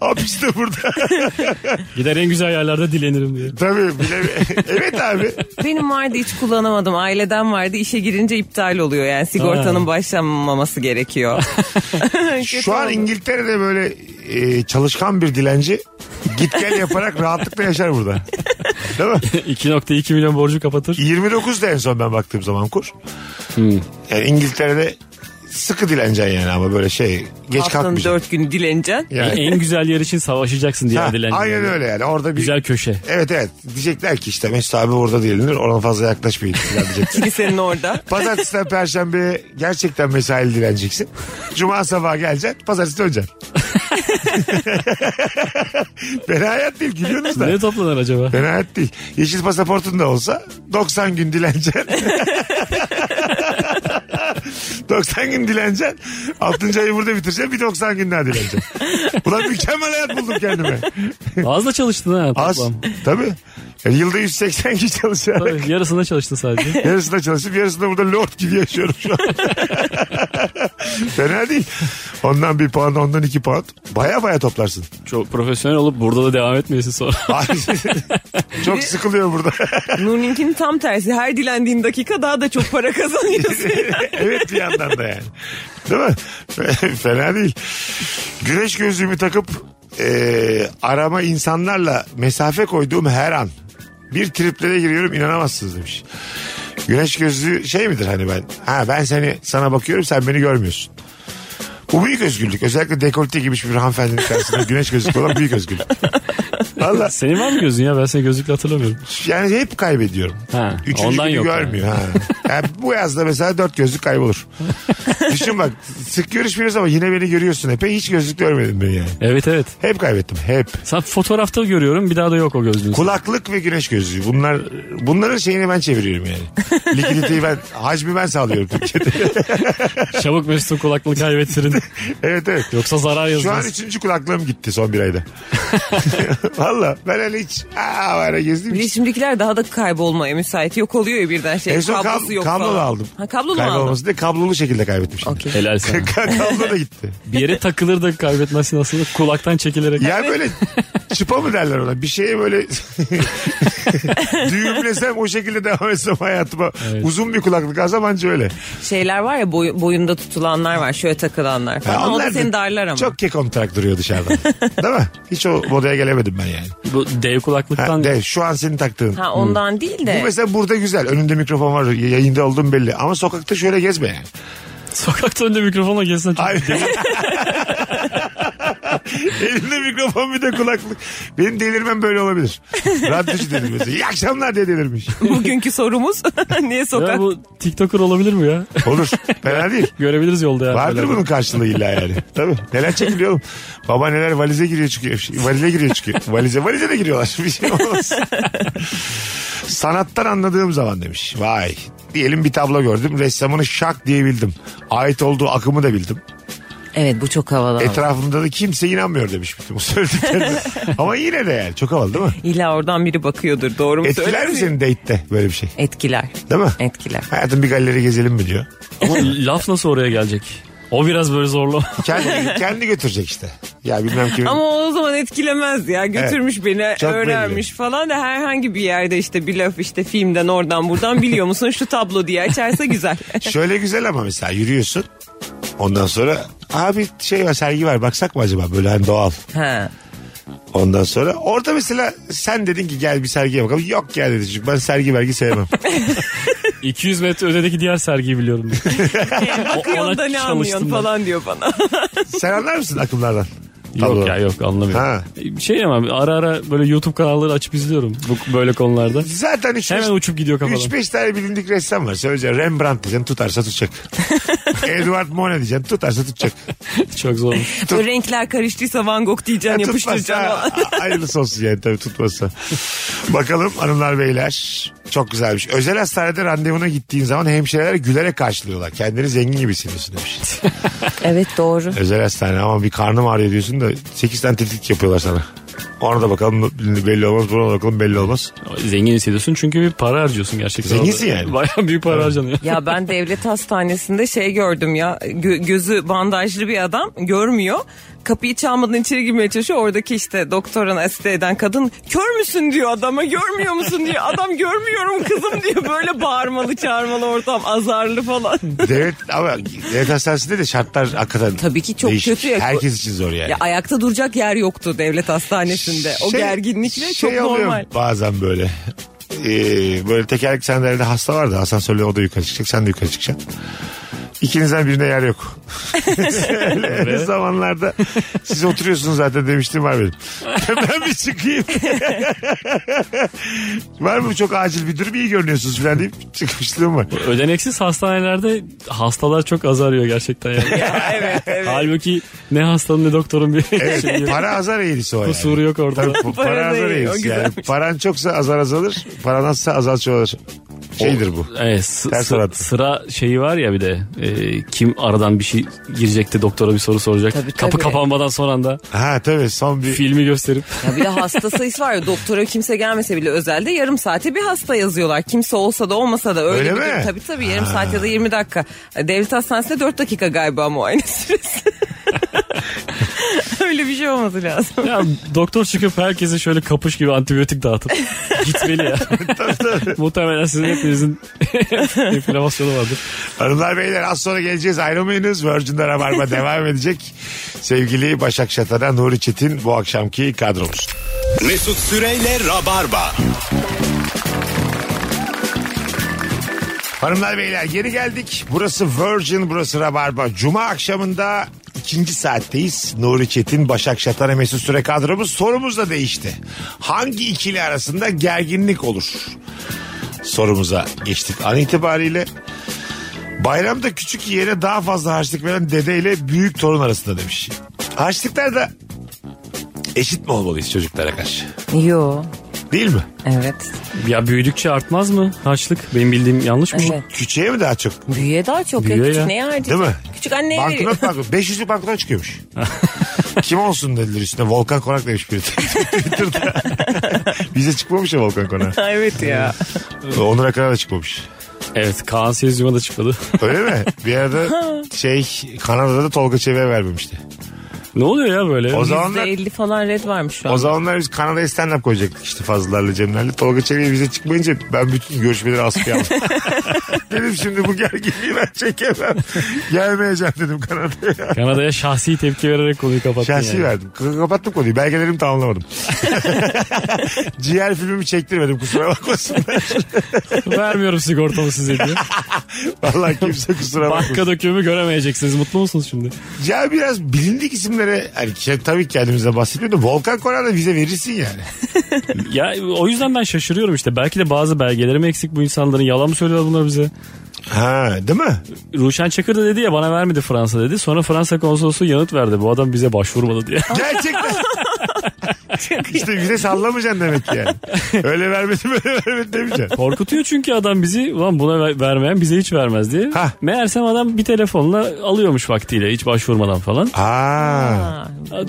Hapiste burada. (laughs)
Gider en güzel yerlerde dilenirim (laughs) diye.
tabii. bile- evet abi.
Benim vardı hiç kullanamadım. Aileden vardı işe girince iptal oluyor yani sigortanın
Ha.
başlanmaması
(laughs)
gerekiyor.
Şu an İngiltere'de böyle e, çalışkan bir dilenci git gel yaparak rahatlıkla yaşar burada. Değil mi?
2.2 milyon borcu kapatır.
29 da en son ben baktığım zaman kur.
Hmm.
Yani İngiltere'de sıkı dileneceksin yani ama böyle şey geç
Haftanın
kalkmayacaksın.
dört günü dileneceksin.
Yani.
En güzel yer için savaşacaksın diye
Ha,
dilenci.
aynen öyle yani. Orada bir
Güzel köşe.
Evet evet. Diyecekler ki işte Mesut abi orada diyelinir. Oradan fazla yaklaşmayın. falan
(laughs)
diyecekler.
Kilisenin
(laughs)
orada.
Pazartesiden perşembe gerçekten mesail dileneceksin. Cuma sabahı geleceksin. Pazartesi döneceksin.
(laughs)
(laughs) Fena hayat değil. Gülüyorsunuz da.
Ne toplanır
(laughs)
acaba?
Fena hayat değil. Yeşil pasaportun da olsa 90 gün dileneceksin. (laughs) 90 gün dileneceksin. 6. ayı burada bitireceksin. Bir 90 gün daha dileneceksin. Ulan mükemmel hayat buldum kendime.
Az da çalıştın ha
Az.
toplam.
Tabii. Yani yılda 180 kişi çalışarak.
Tabii, yarısına
(laughs)
çalıştın sadece.
Yarısında çalışıp yarısında burada lord gibi yaşıyorum şu an. (laughs) Fena değil. Ondan bir puan ondan iki puan. Baya baya toplarsın.
Çok profesyonel olup burada da devam etmeyesin sonra. (laughs)
Çok sıkılıyor burada.
Nurnink'in tam tersi. Her dilendiğin dakika daha da çok
(laughs)
para kazanıyorsun.
evet bir yandan da yani. Değil mi? Fena değil. Güneş gözlüğümü takıp e, arama insanlarla mesafe koyduğum her an bir triplere giriyorum inanamazsınız demiş. Güneş gözlüğü şey midir hani ben? Ha ben seni sana bakıyorum sen beni görmüyorsun. Bu büyük özgürlük. Özellikle dekolte gibi bir hanımefendinin karşısında güneş gözlüklü olan büyük özgürlük. Valla
Senin var mı gözün ya? Ben seni gözlükle hatırlamıyorum.
yani hep kaybediyorum.
Ha,
Üçüncü
ondan
günü
yok
görmüyor. Ha. Yani bu yazda mesela dört gözlük
(laughs)
kaybolur. Düşün bak sık görüşmüyoruz ama yine beni görüyorsun epey. Hiç gözlük görmedin beni yani.
Evet evet.
Hep kaybettim hep.
Sen fotoğrafta görüyorum bir daha da yok o gözlüğün.
Kulaklık ve güneş gözlüğü. Bunlar bunların şeyini ben çeviriyorum
(laughs)
yani. Likiditeyi ben, hacmi ben sağlıyorum Türkiye'de.
Çabuk Mesut'un
(laughs)
kulaklığını kaybettirin.
evet evet.
Yoksa zarar
Şu an
yazılır. (laughs)
üçüncü kulaklığım gitti son bir ayda. Valla ben öyle hiç aa böyle gezdim.
Bir de şimdikiler daha da kaybolmaya müsait. Yok oluyor ya birden şey.
en son
kablosu
kab-
yok
kablolu
falan.
aldım.
Ha, kablolu mu aldın?
Kaybolması değil kablolu şekilde kaybettim şimdi.
Okey.
(laughs)
Helal sana.
Kablo da gitti.
Bir yere takılır da kaybetmezsin aslında. Kulaktan çekilerek.
Ya böyle
(laughs)
çıpa mı derler ona? Bir şeye böyle düğümlesem o şekilde devam etsem hayatıma.
Evet.
Uzun bir kulaklık alsam anca öyle.
Şeyler var ya boy- boyunda tutulanlar var. Şöyle takılanlar
Ya
falan. o
onlar
da
da
seni darlar ama.
Çok kekontrakt duruyor dışarıda.
(laughs)
Değil mi? Hiç o modaya gelemedim ben yani.
Bu dev kulaklıktan
Ha, de, şu an senin taktığın.
Ha ondan değil
Hmm. Bu
de.
mesela burada güzel. Önünde mikrofon var. Yayında olduğum belli. Ama sokakta şöyle gezme yani.
sokakta önde mikrofonla gezsen çok
Ay. (laughs) Elinde mikrofon bir de kulaklık. Benim delirmem böyle olabilir. Radyocu delirmesi. İyi akşamlar diye delirmiş.
(laughs) Bugünkü sorumuz niye
Ya
sokak?
bu TikToker olabilir mi ya? (laughs)
Olur. Fena değil.
Görebiliriz yolda ya.
Vardır
Böyle.
bunun karşılığı illa yani. Tabii. Neler çekiliyor oğlum. Baba neler valize giriyor çıkıyor. Şey, Valize giriyor çıkıyor. Valize valize de giriyorlar. (laughs) Bir şey olmaz. Sanattan anladığım zaman demiş. Vay. Diyelim bir tablo gördüm. Ressamını şak diye bildim. Ait olduğu akımı da bildim.
Evet bu çok havalı.
E,
ama.
Etrafımda da kimse inanmıyor demiş bütün bu söylediklerine. Ama yine de yani çok havalı değil mi?
İlla oradan biri bakıyordur. Doğru mu
Etkiler mi
söylüyorsun?
seni date'te böyle bir şey?
Etkiler.
Değil mi?
Etkiler.
Hayatım bir galeri gezelim mi diyor.
Ama laf nasıl oraya gelecek? O biraz böyle zorlu. (laughs)
Kendi, kendi götürecek işte. Ya bilmem kimin.
Ama o zaman etkilemez ya. Götürmüş beni
Çok
öğrenmiş falan da herhangi bir yerde işte bir laf işte filmden oradan buradan biliyor musun şu tablo diye
(laughs)
açarsa güzel.
Şöyle güzel ama mesela yürüyorsun. Ondan sonra abi şey var sergi var baksak mı acaba böyle hani doğal.
Ha.
Ondan sonra orada mesela sen dedin ki gel bir sergiye bakalım. Yok ya dedi çocuk ben sergi vergi sevmem.
200 metre ötedeki diğer
(laughs)
sergiyi biliyorum.
Bakıyorsun da ne anlıyorsun
çalıştım ben.
falan diyor bana.
sen anlar mısın akımlardan?
yok ya yok anlamıyorum.
Ha.
Şey ama ara ara böyle YouTube kanalları açıp izliyorum bu böyle konularda.
Zaten üç
Hemen
beş-
uçup gidiyor kafadan.
3-5 tane bilindik ressam var. Söyleyeceğim Rembrandt diyeceksin tutarsa tutacak. Edward Monet diyeceksin tutarsa tutacak.
Çok zor.
(laughs)
Böyle renkler karıştıysa Van Gogh diyeceksin yapıştıracaksın
Tutmazsa
falan.
hayırlısı olsun yani tabii tutmazsa. Bakalım hanımlar beyler çok güzelmiş. Özel hastanede randevuna gittiğin zaman hemşireler gülerek karşılıyorlar. Kendini zengin gibi hissediyorsun demiş.
Evet doğru.
Özel hastane ama bir karnım ağrıyor diyorsun da 8 tane tetkik yapıyorlar sana. Ona da bakalım belli olmaz buna da bakalım belli olmaz.
Zengin hissediyorsun çünkü bir para harcıyorsun gerçekten.
Zenginsin
Orada
yani.
Bayağı büyük para harcanıyor.
Ya
Ya ben devlet hastanesinde şey gördüm ya gö- gözü bandajlı bir adam görmüyor. Kapıyı çalmadan içeri girmeye çalışıyor. Oradaki işte doktorun asiste eden kadın kör müsün diyor adama görmüyor musun diyor. Adam görmüyorum kızım diyor böyle bağırmalı çağırmalı ortam azarlı falan.
Devlet ama devlet hastanesinde de şartlar hakikaten
Tabii ki çok
değişik.
kötü ya.
Herkes için zor yani.
Ya ayakta duracak yer yoktu devlet hastanesinde. O
Şey-
gerginlikle çok
şey alıyorum
normal. (laughs)
Bazen böyle. Ee, böyle tekerlek sandalyede hasta vardı. Asansörle o da yukarı çıkacak. Sen de yukarı çıkacaksın. İkinizden birine yer
(laughs)
yok. Öyle zamanlarda siz oturuyorsunuz zaten demiştim var
(laughs)
benim. ben bir çıkayım. (laughs) var mı çok acil bir durum iyi görünüyorsunuz falan deyip çıkmışlığım var.
Ödeneksiz hastanelerde hastalar çok azarıyor gerçekten yani.
(laughs)
evet evet.
Halbuki ne hastanın ne doktorun bir (laughs) şeyi yok.
Para azar eğrisi o yani.
Kusuru yok orada.
Tabii, pa-
Para
para
da
azar
iyi, o
eğrisi yani.
güzelmiş.
Paran çoksa azar azalır. Paran azsa azar çoğalır. Şeydir bu.
Evet, sı-
Ters
sı-
orantı.
e, sıra şeyi var ya bir de e, kim aradan bir şey girecek de doktora bir soru soracak. Kapı
tabii.
kapanmadan son anda
Ha tabii son bir (laughs)
filmi gösterip
Ya bir de hasta sayısı var ya doktora kimse gelmese bile özelde yarım saate bir hasta yazıyorlar. Kimse olsa da olmasa da öyle,
Öyle
bir
mi?
durum. Tabii tabii yarım saat ya da 20 dakika. Devlet hastanesinde 4 dakika galiba muayene süresi.
(laughs)
öyle bir şey olması lazım.
ya doktor çıkıp herkese şöyle kapış gibi
(laughs)
antibiyotik dağıtıp gitmeli ya. Muhtemelen sizin hepinizin (laughs) enflamasyonu vardır.
Hanımlar beyler az sonra geleceğiz ayrılmayınız. Virgin'de Rabarba devam edecek. Sevgili Başak Şatan'a Nuri Çetin bu akşamki kadromuz.
Mesut Süreyle Rabarba.
Hanımlar beyler geri geldik. Burası Virgin burası Rabarba. Cuma akşamında ikinci saatteyiz. Nuri Çetin, Başak Şatan'a Mesut Süre kadromuz. Sorumuz da değişti. Hangi ikili arasında gerginlik olur? Sorumuza geçtik an itibariyle. Bayramda küçük yeğene daha fazla harçlık veren dede ile büyük torun arasında demiş. Harçlıklar da eşit mi olmalıyız çocuklara karşı?
Yo
Değil mi?
evet.
Ya büyüdükçe artmaz mı harçlık? Benim bildiğim yanlış mı?
Evet.
Küçüğe mi daha çok?
Büyüye daha çok. ya.
Büyüye
Küçük
ya.
neye harcayacak?
Değil mi?
küçük anneye veriyor.
(laughs)
Banknot banknot. 500'lük banknot çıkıyormuş. Kim olsun dediler üstüne. Volkan Konak demiş biri. (laughs) Twitter'da. Bize çıkmamış ya Volkan Konak.
evet ya.
Onur Akar'a da çıkmamış.
Evet Kaan Sezyum'a da çıkmadı.
Öyle mi? Bir arada şey Kanada'da da Tolga Çevik'e vermemişti.
ne oluyor ya böyle?
O zamanlar
%50 falan red varmış şu an.
o zamanlar biz Kanada'ya stand-up koyacaktık işte Fazlılarla Cemler'le. Tolga Çevik'e bize çıkmayınca ben bütün görüşmeleri askıya aldım. dedim şimdi bu gerginliği ben çekemem. Gelmeyeceğim dedim Kanada'ya.
Kanada'ya şahsi tepki vererek konuyu kapattın
Şahsi
yani.
verdim. K- kapattım konuyu. Belgelerimi (laughs) tamamlamadım. Ciğer filmimi çektirmedim kusura (laughs) bakmasınlar.
(laughs) Vermiyorum sigortamı size diyor.
Vallahi kimse kusura bakmasın.
Banka dökümü göremeyeceksiniz. Mutlu musunuz şimdi?
Ya biraz bilindik isimlere hani ke- tabii ki kendimize bahsediyorum da Volkan Konak'a da vize verirsin yani.
Ya o yüzden ben şaşırıyorum işte. Belki de bazı belgelerim eksik bu insanların. Yalan mı söylüyorlar bunlar bize?
Ha değil mi?
Ruşen Çakır da dedi ya bana vermedi Fransa dedi. Sonra Fransa konsolosu yanıt verdi. Bu adam bize başvurmadı diye.
(laughs) Gerçekten. işte vize sallamayacaksın demek ki yani. Öyle vermedi böyle vermedi demeyeceksin.
Korkutuyor çünkü adam bizi. Ulan buna ver- vermeyen bize hiç vermez diye.
Hah.
Meğersem adam bir telefonla alıyormuş vaktiyle hiç başvurmadan falan.
Aa,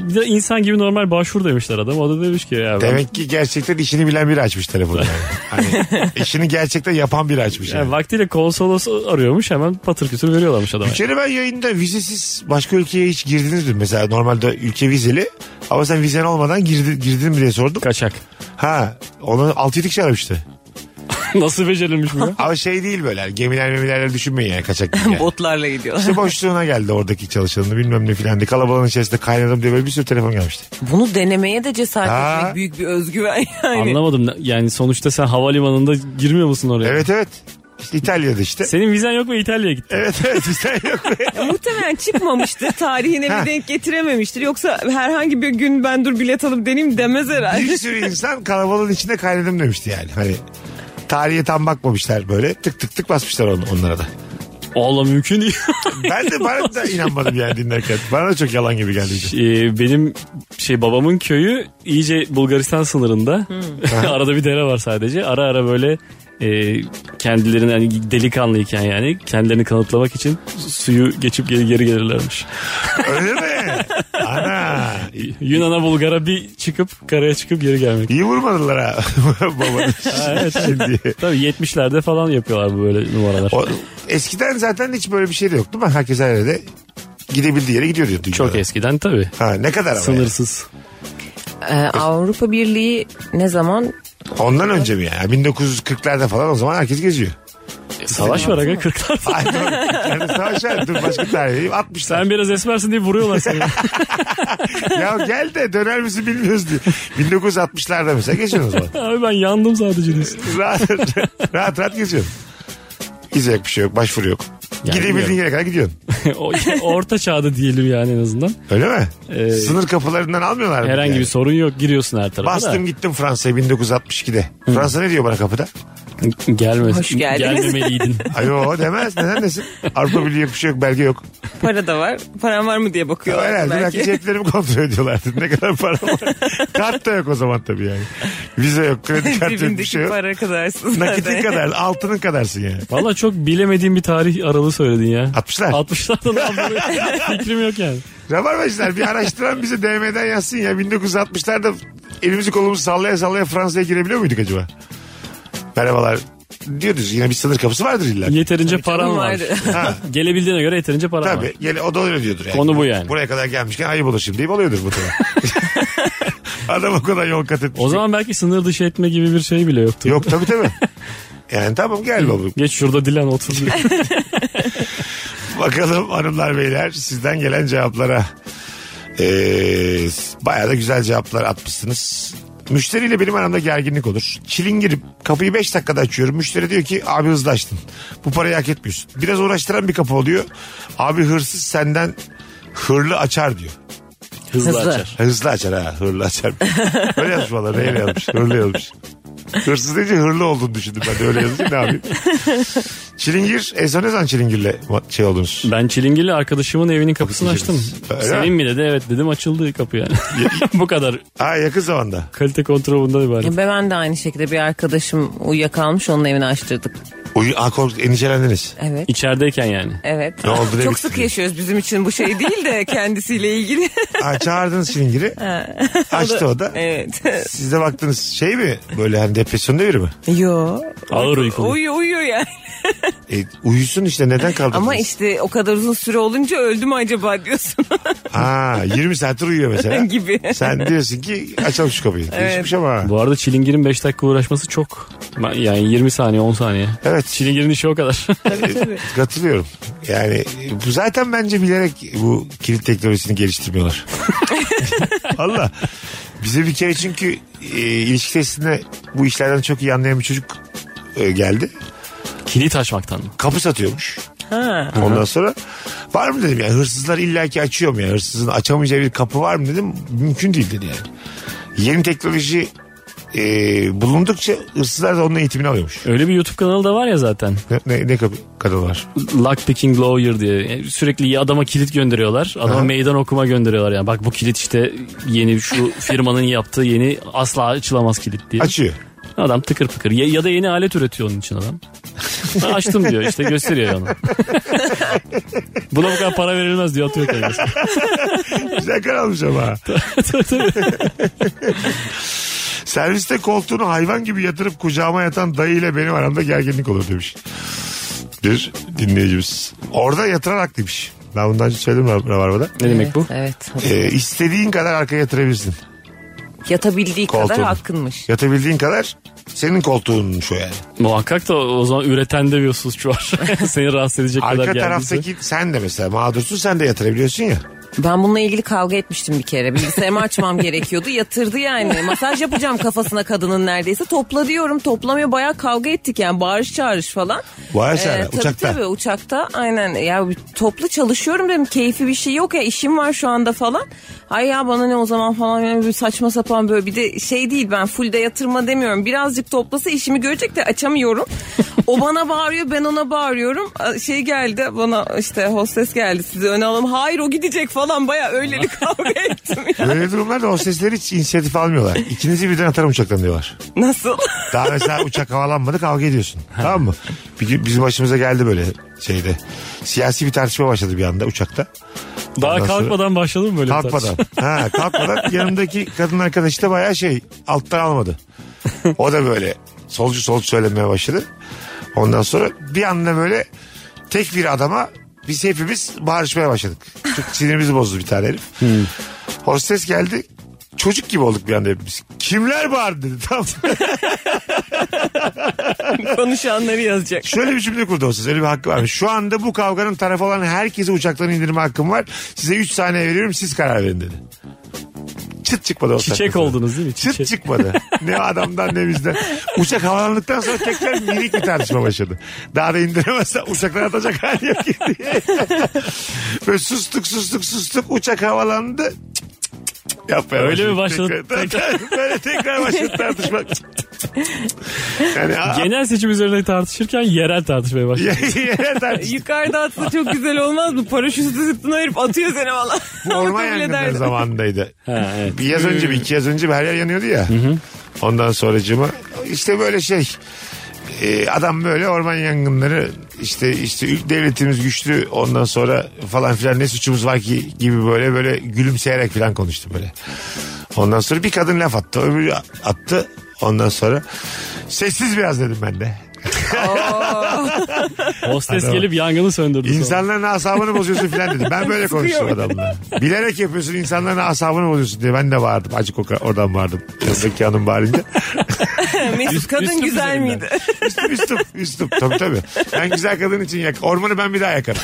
Bir de insan gibi normal başvur demişler adam. O da demiş ki ya ben,
demek ki gerçekten işini bilen biri açmış telefonu. Yani. Hani (laughs) işini gerçekten yapan biri açmış.
Yani
Yani.
vaktiyle konsolosu arıyormuş hemen patır kütür veriyorlarmış adama.
Bir kere ben yayında vizesiz başka ülkeye hiç girdiniz mi? Mesela normalde ülke vizeli ama sen vizen olmadan girdi, girdin mi diye sordum.
Kaçak.
Ha onu 6-7 kişi aramıştı.
(laughs) Nasıl becerilmiş bu? ya? (laughs)
Ama şey değil böyle hani gemiler memilerle düşünmeyin yani kaçak gibi.
(laughs)
yani.
Botlarla gidiyor.
İşte boşluğuna geldi oradaki çalışanını bilmem ne filan diye. Kalabalığın içerisinde kaynadım diye böyle bir sürü telefon gelmişti.
Bunu denemeye de cesaret
Ha.
etmek büyük bir özgüven yani.
Anlamadım. Yani sonuçta sen havalimanında girmiyor musun oraya?
Evet evet. İşte İtalya'da işte.
Senin vizen yok mu İtalya'ya gittin?
Evet (laughs) evet bizden yok.
Muhtemelen çıkmamıştır. Tarihine
Ha.
bir denk getirememiştir. Yoksa herhangi bir gün ben dur bilet alıp deneyim demez herhalde.
bir sürü insan kalabalığın içinde kaynadım demişti yani. Hani tarihe tam bakmamışlar böyle tık tık tık basmışlar on, onlara da.
Allah mümkün değil. (laughs)
Ben de bana da inanmadım yani dinlerken. Bana da çok yalan gibi geldi.
Ee, benim şey babamın köyü iyice Bulgaristan sınırında. (laughs) Arada bir dere var sadece. Ara ara böyle e, kendilerini hani delikanlıyken yani kendilerini kanıtlamak için suyu geçip geri, geri gelirlermiş.
Öyle mi? Ana.
Yunan'a Bulgar'a bir çıkıp karaya çıkıp geri gelmek.
İyi vurmadılar ha (laughs) babanı.
evet.
Şimdi.
Tabii 70'lerde falan yapıyorlar bu böyle numaralar.
O, eskiden zaten hiç böyle bir şey de yok değil mi? Herkes her yerde gidebildiği yere gidiyor diyor.
Çok
dünyada.
eskiden tabii.
Ha ne kadar ama yani?
Sınırsız.
Ee, Avrupa Birliği ne zaman?
Ondan önce mi yani? 1940'larda falan o zaman herkes geziyor. (laughs)
Savaş var aga 40'lar.
Ay doğru. Yani savaş var. Dur başka tarihiyim. 60'lar.
Sen biraz esmersin diye vuruyorlar (laughs) seni.
Ya gel de döner misin bilmiyoruz diye. 1960'larda mesela geçiyorsun o zaman.
Abi ben yandım sadece diyorsun.
rahat, (laughs) rahat rahat geçiyorsun. Gidecek bir şey yok. Başvuru yok.
Yani
Gidebildiğin yere kadar gidiyorsun.
(laughs) O- Orta çağda diyelim yani en azından.
Öyle mi?
Ee,
Sınır kapılarından almıyorlar mı?
Herhangi
yani?
bir sorun yok giriyorsun her tarafa
Bastım gittim Fransa'ya 1962'de. Fransa ne diyor bana kapıda?
da. Gelme,
Hoş geldiniz.
(laughs) Gelmemeliydin.
Ayo demez. Neden desin? Avrupa Birliği yok bir şey yok. Belge yok.
Para da var. Paran var mı diye bakıyorlar.
Herhalde
(laughs)
belki
belki.
ceplerimi kontrol ediyorlardı. Ne kadar para var. Kart da yok o zaman tabii yani. Vize yok,
(laughs)
kredi kartı yok, bir
Cebimdeki
şey yok.
para kadarsın
Nakitin
zaten.
kadar, altının kadarsın yani.
Valla çok bilemediğim bir tarih aralığı söyledin ya.
60'lar. (laughs)
60'larda ne yaptığını fikrim yok yani.
Rabarbacılar bir araştıran bize DM'den yazsın ya 1960'larda elimizi kolumuzu sallaya sallaya Fransa'ya girebiliyor muyduk acaba? Merhabalar diyoruz yine bir sınır kapısı vardır illa.
Yeterince param var.
vardı.
Ha,
(laughs) Gelebildiğine göre yeterince param var.
tabii yani o da öyle diyordur yani.
Konu bu yani.
Buraya kadar gelmişken ayıp olur şimdi deyip alıyordur
(laughs)
bu tarafa. Adam o kadar yol kat etmiş.
O zaman belki sınır dışı etme gibi bir şey bile yoktu.
Yok tabii tabii. Yani tamam gel baba.
Geç şurada dilen
(laughs)
otur. diyor.
Bakalım hanımlar beyler sizden gelen cevaplara. Ee, bayağı da güzel cevaplar atmışsınız. Müşteriyle benim aramda gerginlik olur. Çilingirim kapıyı 5 dakikada açıyorum. Müşteri diyor ki abi hızlı açtın. Bu parayı hak etmiyorsun. Biraz uğraştıran bir kapı oluyor. Abi hırsız senden hırlı açar diyor.
Hızlı,
Hızlı.
açar.
Hızlı açar ha hırlı açar. (laughs) öyle yazmış valla neyle yazmış hırlı yazmış. Hırsız deyince hırlı olduğunu düşündüm ben de öyle yazınca ne yapayım. Çilingir en son ne zaman çilingirle ma- şey oldunuz?
Ben çilingirli arkadaşımın evinin kapısını açtım.
Öyle
Senin
mi?
mi dedi evet dedim açıldı kapı yani. (laughs) Bu kadar
Ha yakın zamanda.
kalite kontrol bundan ibaret.
Ve ben de aynı şekilde bir arkadaşım uyuyakalmış onun evini açtırdık.
Uyu, ha, kork- endişelendiniz.
Evet.
İçerideyken yani.
Evet.
Ne oldu, ne
Çok
bitti
sık
diye.
yaşıyoruz bizim için bu şey değil de kendisiyle
(laughs)
ilgili.
Ha, çağırdınız
(laughs)
çilingiri. Açtı o da.
evet.
Siz de baktınız şey mi böyle hani depresyonda biri mi?
Yo.
Ağır uykulu.
Uyuyor uyuyor yani.
E, uyusun işte neden kaldırdınız?
Ama işte o kadar uzun süre olunca öldü mü acaba diyorsun
Ha 20 saattir uyuyor mesela.
(laughs) gibi.
Sen diyorsun ki açalım şu kapıyı. Değişmiş ama. ha.
Bu arada çilingirin 5 dakika uğraşması çok. Ben- Yani 20 saniye 10 saniye.
Evet.
Çilingirin işi o kadar. (laughs)
Katılıyorum. Yani bu zaten bence bilerek bu kilit teknolojisini
(laughs)
geliştirmiyorlar. Allah. Bize bir kere çünkü e, ilişki testinde bu işlerden çok iyi anlayan bir çocuk e, geldi.
Kilit açmaktan mı?
Kapı satıyormuş. Ondan sonra var mı dedim ya hırsızlar illaki açıyor mu ya hırsızın açamayacağı bir kapı var mı dedim mümkün değil dedi yani. Yeni teknoloji e, bulundukça hırsızlar da onun eğitimini alıyormuş.
Öyle bir YouTube kanalı da var ya zaten.
Ne, ne, ne kapı kadın var?
Lockpicking Lawyer diye. Yani sürekli iyi adama kilit gönderiyorlar. Adama meydan okuma gönderiyorlar yani. Bak bu kilit işte yeni şu firmanın yaptığı yeni asla açılamaz kilit diye.
Açıyor.
Adam tıkır pıkır. Ya, ya da yeni alet üretiyor onun için adam. Ha, açtım diyor işte gösteriyor onu. Buna bu kadar para verilmez diyor atıyor kendisi.
Güzel kanalmış ama. (laughs) Serviste koltuğunu hayvan gibi yatırıp kucağıma yatan dayı ile benim aramda gerginlik olur demiş. Bir dinleyicimiz. Orada yatıran haklıymış. Ben bundan önce söyledim Rav- Rabarba'da.
ne demek bu?
evet.
Ee, istediğin kadar arkaya yatırabilirsin.
Yatabildiği kadar
Koltuğunu.
hakkınmış.
Yatabildiğin kadar senin koltuğunmuş o yani.
Muhakkak da o zaman üretende bir şu var. (laughs) Seni rahatsız edecek kadar
Arka
geldiyse.
taraftaki sen de mesela mağdursun sen de yatırabiliyorsun ya.
Ben bununla ilgili kavga etmiştim bir kere. Bilgisayarımı açmam gerekiyordu. Yatırdı yani. Masaj yapacağım kafasına kadının neredeyse. Topla diyorum. Toplamıyor. Bayağı kavga ettik yani. Bağırış çağırış falan. Ee,
Bağırış çağırış,
tabii,
uçakta.
Tabii uçakta. Aynen. Ya bir toplu çalışıyorum dedim. Keyfi bir şey yok ya. işim var şu anda falan. Ay ya bana ne o zaman falan. Yani bir saçma sapan böyle. Bir de şey değil ben full de yatırma demiyorum. Birazcık toplasa işimi görecek de açamıyorum. (laughs) o bana bağırıyor. Ben ona bağırıyorum. A- Şey geldi bana işte hostes geldi. Sizi öne alalım. Hayır o gidecek falan. Baya öyle bir kavga ettim (laughs) ya.
Böyle durumlarda hostesler hiç inisiyatif almıyorlar. İkinizi birden atarım uçaktan diyorlar.
Nasıl?
Daha mesela uçak havalanmadı kavga ediyorsun. tamam mı? Bir gün bizim başımıza geldi böyle şeyde. Siyasi bir tartışma başladı bir anda uçakta.
Daha
Ondan sonra-
kalkmadan başladın mı böyle bir tartışma?
Kalkmadan. ha, kalkmadan yanımdaki kadın arkadaşı da bayağı şey alttan almadı. O da böyle solcu solcu söylemeye başladı. Ondan sonra bir anda böyle tek bir adama biz hepimiz bağırışmaya başladık. Çok sinirimizi bozdu bir tane herif. Hostes geldi. Çocuk gibi olduk bir anda hepimiz. Kimler bağırdı dedi. Tamam. mı?
(laughs) Konuşanları yazacak.
Şöyle bir cümle kurdu hostes. Öyle bir hakkı var. Şu anda bu kavganın tarafı olan herkese uçaktan indirme hakkım var. Size 3 saniye veriyorum siz karar verin dedi. Çıt çıkmadı hostes.
Çiçek oldunuz değil mi?
Çıt
Çiçek.
çıkmadı. Ne adamdan ne bizden. Uçak havalandıktan sonra tekrar minik bir tartışma başladı. Daha da indiremezsen uçaktan atacak hali yok ki diye. Böyle sustuk sustuk sustuk uçak havalandı. Cık, cık, cık, Yapmaya
Öyle mi
Tekrar- Böyle tekrar başladı tartışma. Cık, cık, cık, cık. yani a- (laughs)
Genel seçim üzerine tartışırken yerel tartışmaya başladı.
Yere tartışma.
Yukarıda atsa çok güzel olmaz mı? Paraşütü zıttına ayırıp atıyor seni valla.
Orman
(laughs) Kabul
yangınları
ederdim.
zamanındaydı.
Ha,
(laughs)
evet.
Bir yaz önce bir iki yaz önce bir her yer yanıyordu ya. Ondan sonracığıma işte böyle şey e, adam böyle orman yangınları işte işte ül- devletimiz güçlü ondan sonra falan filan ne suçumuz var ki gibi böyle böyle gülümseyerek falan konuştu böyle. Ondan sonra bir kadın laf attı öbürü attı ondan sonra sessiz biraz dedim ben de.
Hostes
Adam-
gelip yangını söndürdü. sonra.
İnsanların asabını bozuyorsun filan dedi. Ben böyle konuştum adamla. Bilerek yapıyorsun insanların asabını bozuyorsun diye ben de bağırdım. Acık o- oradan bağırdım. Yanındaki hanım bağırınca.
Mesut kadın
üstüm
güzel
üzerinden.
miydi?
Üstüm üstüm üstüm. Tabii tabii. Ben güzel kadın için yak. Ormanı ben bir daha yakarım.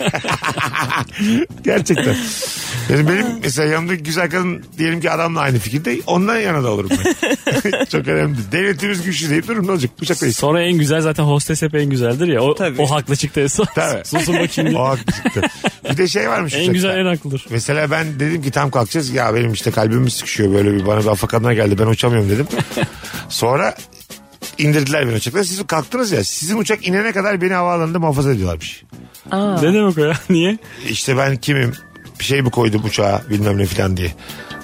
(laughs) Gerçekten. Yani benim mesela yanımdaki güzel kadın diyelim ki adamla aynı fikirde ondan yana da olurum ben. (laughs) Çok önemli. değil. Devletimiz güçlü deyip durum ne olacak? Bıçaktayız.
Sonra en güzel zaten hostes hep en güzeldir ya. O,
Tabii.
o haklı çıktı esas.
Tabii. (laughs)
Susun bakayım.
O
diye.
haklı çıktı. Bir de şey varmış.
en
uçakta.
güzel en haklıdır.
Mesela ben dedim ki tam kalkacağız. Ya benim işte kalbim mi sıkışıyor böyle bir bana bir afakanlar geldi ben uçamıyorum dedim. Sonra indirdiler beni uçaktan. Siz kalktınız ya. Sizin uçak inene kadar beni havaalanında muhafaza ediyorlarmış.
Ne demek o ya? (laughs) Niye?
İşte ben kimim? Bir şey mi koydum uçağa bilmem ne falan diye.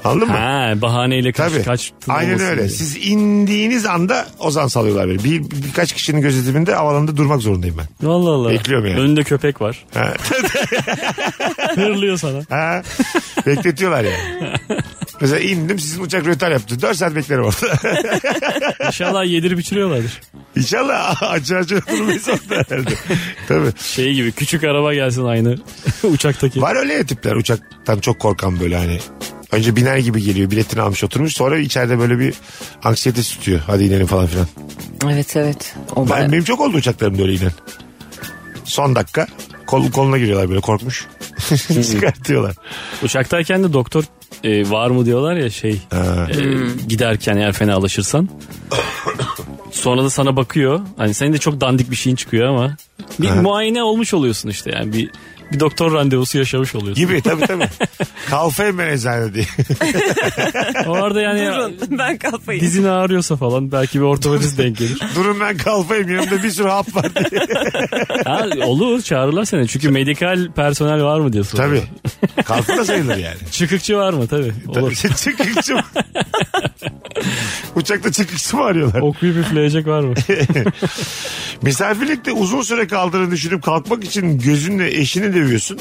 Anladın mı?
Ha bahaneyle kaç,
Tabii.
kaçtın
Aynen
olmasın
öyle.
diye.
Siz indiğiniz anda ozan salıyorlar beni. Bir, birkaç kişinin gözetiminde havaalanında durmak zorundayım ben.
Allah Allah.
Bekliyorum yani.
Önünde köpek var. (laughs)
Ha.
Hırlıyor sana. (laughs)
Ha? Bekletiyorlar yani. Mesela indim sizin uçak rötar yaptı. 4 saat beklerim orada. (laughs)
İnşallah yedirip içiriyorlardır.
İnşallah acı acı durmayız orada herhalde. Tabii.
Şey gibi küçük araba gelsin aynı (laughs) uçaktaki.
Var öyle ya tipler uçaktan çok korkan böyle hani. Önce biner gibi geliyor biletini almış oturmuş sonra içeride böyle bir anksiyete tutuyor. Hadi inelim falan filan.
Evet evet. O
Ben, benim çok oldu uçaklarımda öyle inen. Son dakika kol, koluna giriyorlar böyle (laughs) korkmuş. Çıkartıyorlar.
Uçaktayken de doktor e, var mı diyorlar ya şey
Ha.
e, giderken eğer fena alışırsan. Sonra da sana bakıyor. Hani senin de çok dandik bir şeyin çıkıyor ama bir muayene olmuş oluyorsun işte yani bir bir doktor randevusu yaşamış oluyorsun.
Gibi tabii tabii. Kalfayım ben eczane diye.
Orada yani
Durun (laughs) ben kafayı.
dizin ağrıyorsa falan belki bir ortopedist denk gelir.
(laughs) Durun ben kalfayım yanımda bir sürü hap var diye.
Ha, olur çağırırlar seni çünkü medikal personel var mı diye soruyor.
tabii. Kalfa da sayılır yani.
Çıkıkçı var mı tabii olur.
Tabii, çıkıkçı (laughs) mı? Uçakta çıkıkçı mı arıyorlar?
Okuyup
(laughs)
üfleyecek var mı?
Misafirlikte uzun süre kaldığını düşünüp kalkmak için gözünle eşini dövüyorsun.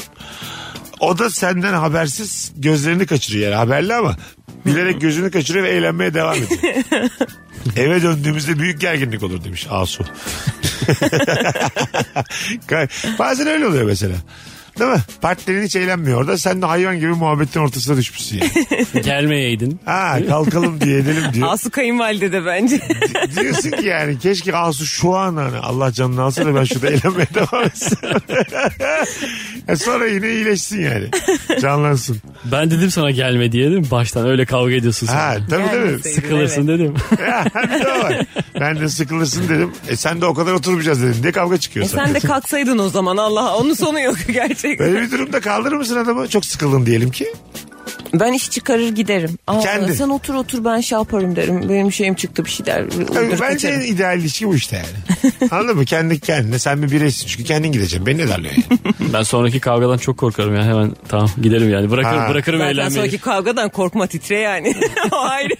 O da senden habersiz gözlerini kaçırıyor yani haberli ama bilerek gözünü kaçırıyor ve eğlenmeye devam ediyor. Eve döndüğümüzde büyük gerginlik olur demiş Asu. (laughs) Bazen öyle oluyor mesela. Değil mi? Partilerin hiç eğlenmiyor orada. Sen de hayvan gibi muhabbetin ortasına düşmüşsün yani.
Gelmeyeydin.
Ha kalkalım diye edelim diyor.
Asu kayınvalide
(laughs)
de bence.
Diyorsun ki yani keşke Asu şu an hani Allah canını alsın da ben şurada eğlenmeye (laughs) devam etsin. E sonra yine iyileşsin yani. Canlansın.
Ben dedim sana gelme diye değil mi? Baştan öyle kavga ediyorsun sen.
Ha tabii tabii.
Gelmeseydin,
(laughs)
Sıkılırsın dedim.
Ha, bir de o var. Ben de sıkılırsın dedim. E sen de o kadar oturmayacağız dedim. Ne kavga çıkıyor
E
sonra.
sen de kalksaydın o zaman Allah onun sonu yok (laughs) gerçekten.
(laughs) Böyle bir durumda kaldırır mısın adamı? Çok sıkıldın diyelim ki.
Ben iş çıkarır giderim. Aa,
Kendi.
Sen otur otur ben şey yaparım derim. Benim şeyim çıktı bir şey der.
Tabii
Uydur
bence en
kaçarım.
ideal ilişki bu işte yani. Anladın mı? Kendi kendine. Sen bir bireysin çünkü kendin gideceksin. Beni ne darlıyor yani?
Ben sonraki kavgadan çok korkarım ya. Hemen tamam gidelim yani. Bırakırım,
Ha.
bırakırım
Zaten
eğlenmeyi.
sonraki kavgadan korkma titre yani. (laughs) o ayrı.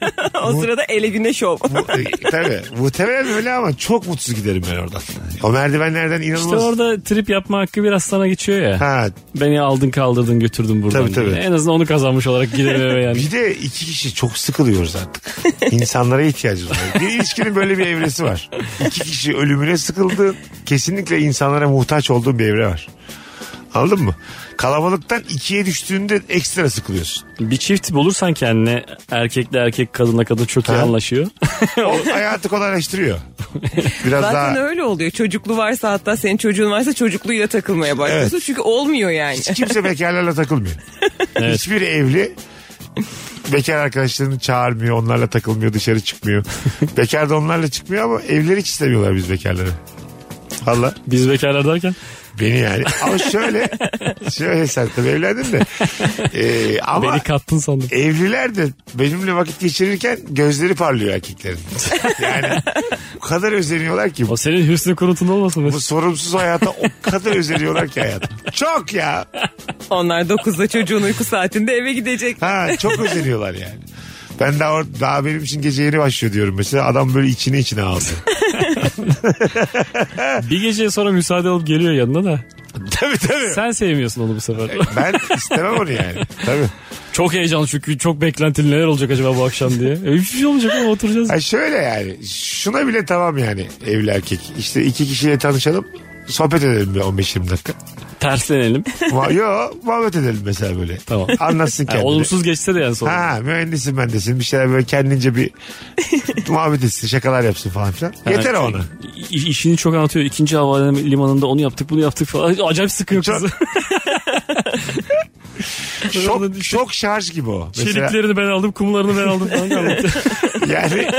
o sırada ele güneş ol.
Bu- e, tabii. Muhtemelen öyle ama çok mutsuz giderim ben oradan. O merdivenlerden inanılmaz.
İşte orada trip yapma hakkı biraz sana geçiyor ya.
Ha
Beni aldın kaldırdın götürdün buradan.
Tabii, tabii.
En azından onu kazanmış olarak giderim
(laughs)
eve yani.
Bir de iki kişi çok sıkılıyoruz
(laughs)
artık. İnsanlara ihtiyacımız var. Bir ilişkinin böyle bir evresi var. İki kişi ölümüne sıkıldı. Kesinlikle insanlara muhtaç olduğun bir evre var. Anladın mı? Kalabalıktan ikiye düştüğünde ekstra sıkılıyorsun.
Bir çift bulursan kendine erkekle erkek kadınla kadın çok iyi
Ha.
anlaşıyor. (laughs)
O hayatı kolaylaştırıyor. Biraz
Zaten
daha...
öyle oluyor. Çocuklu varsa hatta senin çocuğun varsa çocukluyla takılmaya başlıyorsun. Çünkü olmuyor yani.
Hiç kimse bekarlarla takılmıyor.
Evet.
Hiçbir evli bekar arkadaşlarını çağırmıyor. Onlarla takılmıyor. Dışarı çıkmıyor. Bekar da onlarla çıkmıyor ama evleri hiç istemiyorlar biz bekarları. Allah.
Biz bekarlar derken
Beni yani. Ama şöyle şöyle sen tabii evlendin de. Ee, ama
beni kattın sandım.
evliler de benimle vakit geçirirken gözleri parlıyor erkeklerin. Yani o kadar özeniyorlar ki.
O senin hüsnü kurutun olmasın mı?
Bu sorumsuz hayata o kadar özeniyorlar ki hayatım. Çok ya.
Onlar 9'da çocuğun uyku saatinde eve gidecek.
Ha çok özeniyorlar yani. Ben daha, or- daha benim için gece yeni başlıyor diyorum mesela. Adam böyle içine içine aldı.
Bir gece sonra müsaade alıp geliyor yanına da.
(laughs) tabii tabii.
Sen sevmiyorsun onu bu sefer.
Ben istemem onu yani. Tabii.
Çok heyecanlı çünkü çok beklentili neler olacak acaba bu akşam diye. E, Hiçbir şey olmayacak ama oturacağız.
Ha şöyle yani şuna bile tamam yani evli erkek. İşte iki kişiyle tanışalım sohbet edelim bir 15-20 dakika.
Terslenelim.
Ma- Yo muhabbet edelim mesela böyle.
Tamam.
Anlatsın
Yani
kendini.
olumsuz şey geçse de yani sonra.
Ha mühendisin ben desin bir şeyler böyle kendince bir muhabbet etsin şakalar yapsın falan filan. Yeter
Yani (laughs)
ona.
i- işini çok anlatıyor. İkinci havalimanında onu yaptık bunu yaptık falan. Acayip sıkıyor
Çok-
kızı.
Şok, şok şarj gibi o. (laughs) Mesela
Çeliklerini ben aldım kumlarını ben aldım (laughs) falan anlatıyor.
yani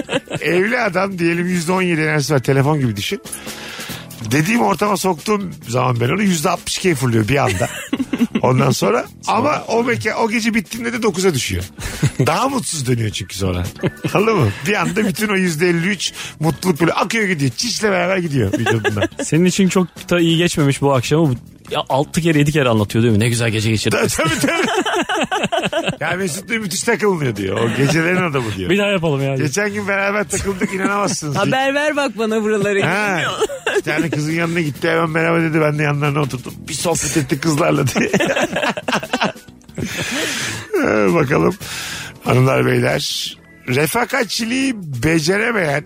evli adam diyelim %17 enerjisi var telefon gibi düşün. Dediğim ortama soktuğum zaman ben onu %62'ye fırlıyor bir anda. Ondan sonra ama o meka o gece bittiğinde de 9'a düşüyor. Daha mutsuz dönüyor çünkü sonra. Anladın mı? Bir anda bütün o %53 mutluluk böyle akıyor gidiyor. Çişle beraber gidiyor vücudundan.
Senin için çok da iyi geçmemiş bu akşamı. Ya 6 kere 7 kere anlatıyor değil mi? Ne güzel gece geçirdik.
tabii tabii. tabii. ya Mesut Bey müthiş takılmıyor diyor. O gecelerin adamı diyor.
Bir daha yapalım yani.
Geçen gün beraber takıldık inanamazsınız.
Haber ver bak bana buraları. (laughs)
Ha, bir tane kızın yanına gitti hemen merhaba dedi ben de yanlarına oturdum. Bir sohbet ettik kızlarla diye. (laughs) Ee, Bakalım hanımlar beyler. Refakatçiliği beceremeyen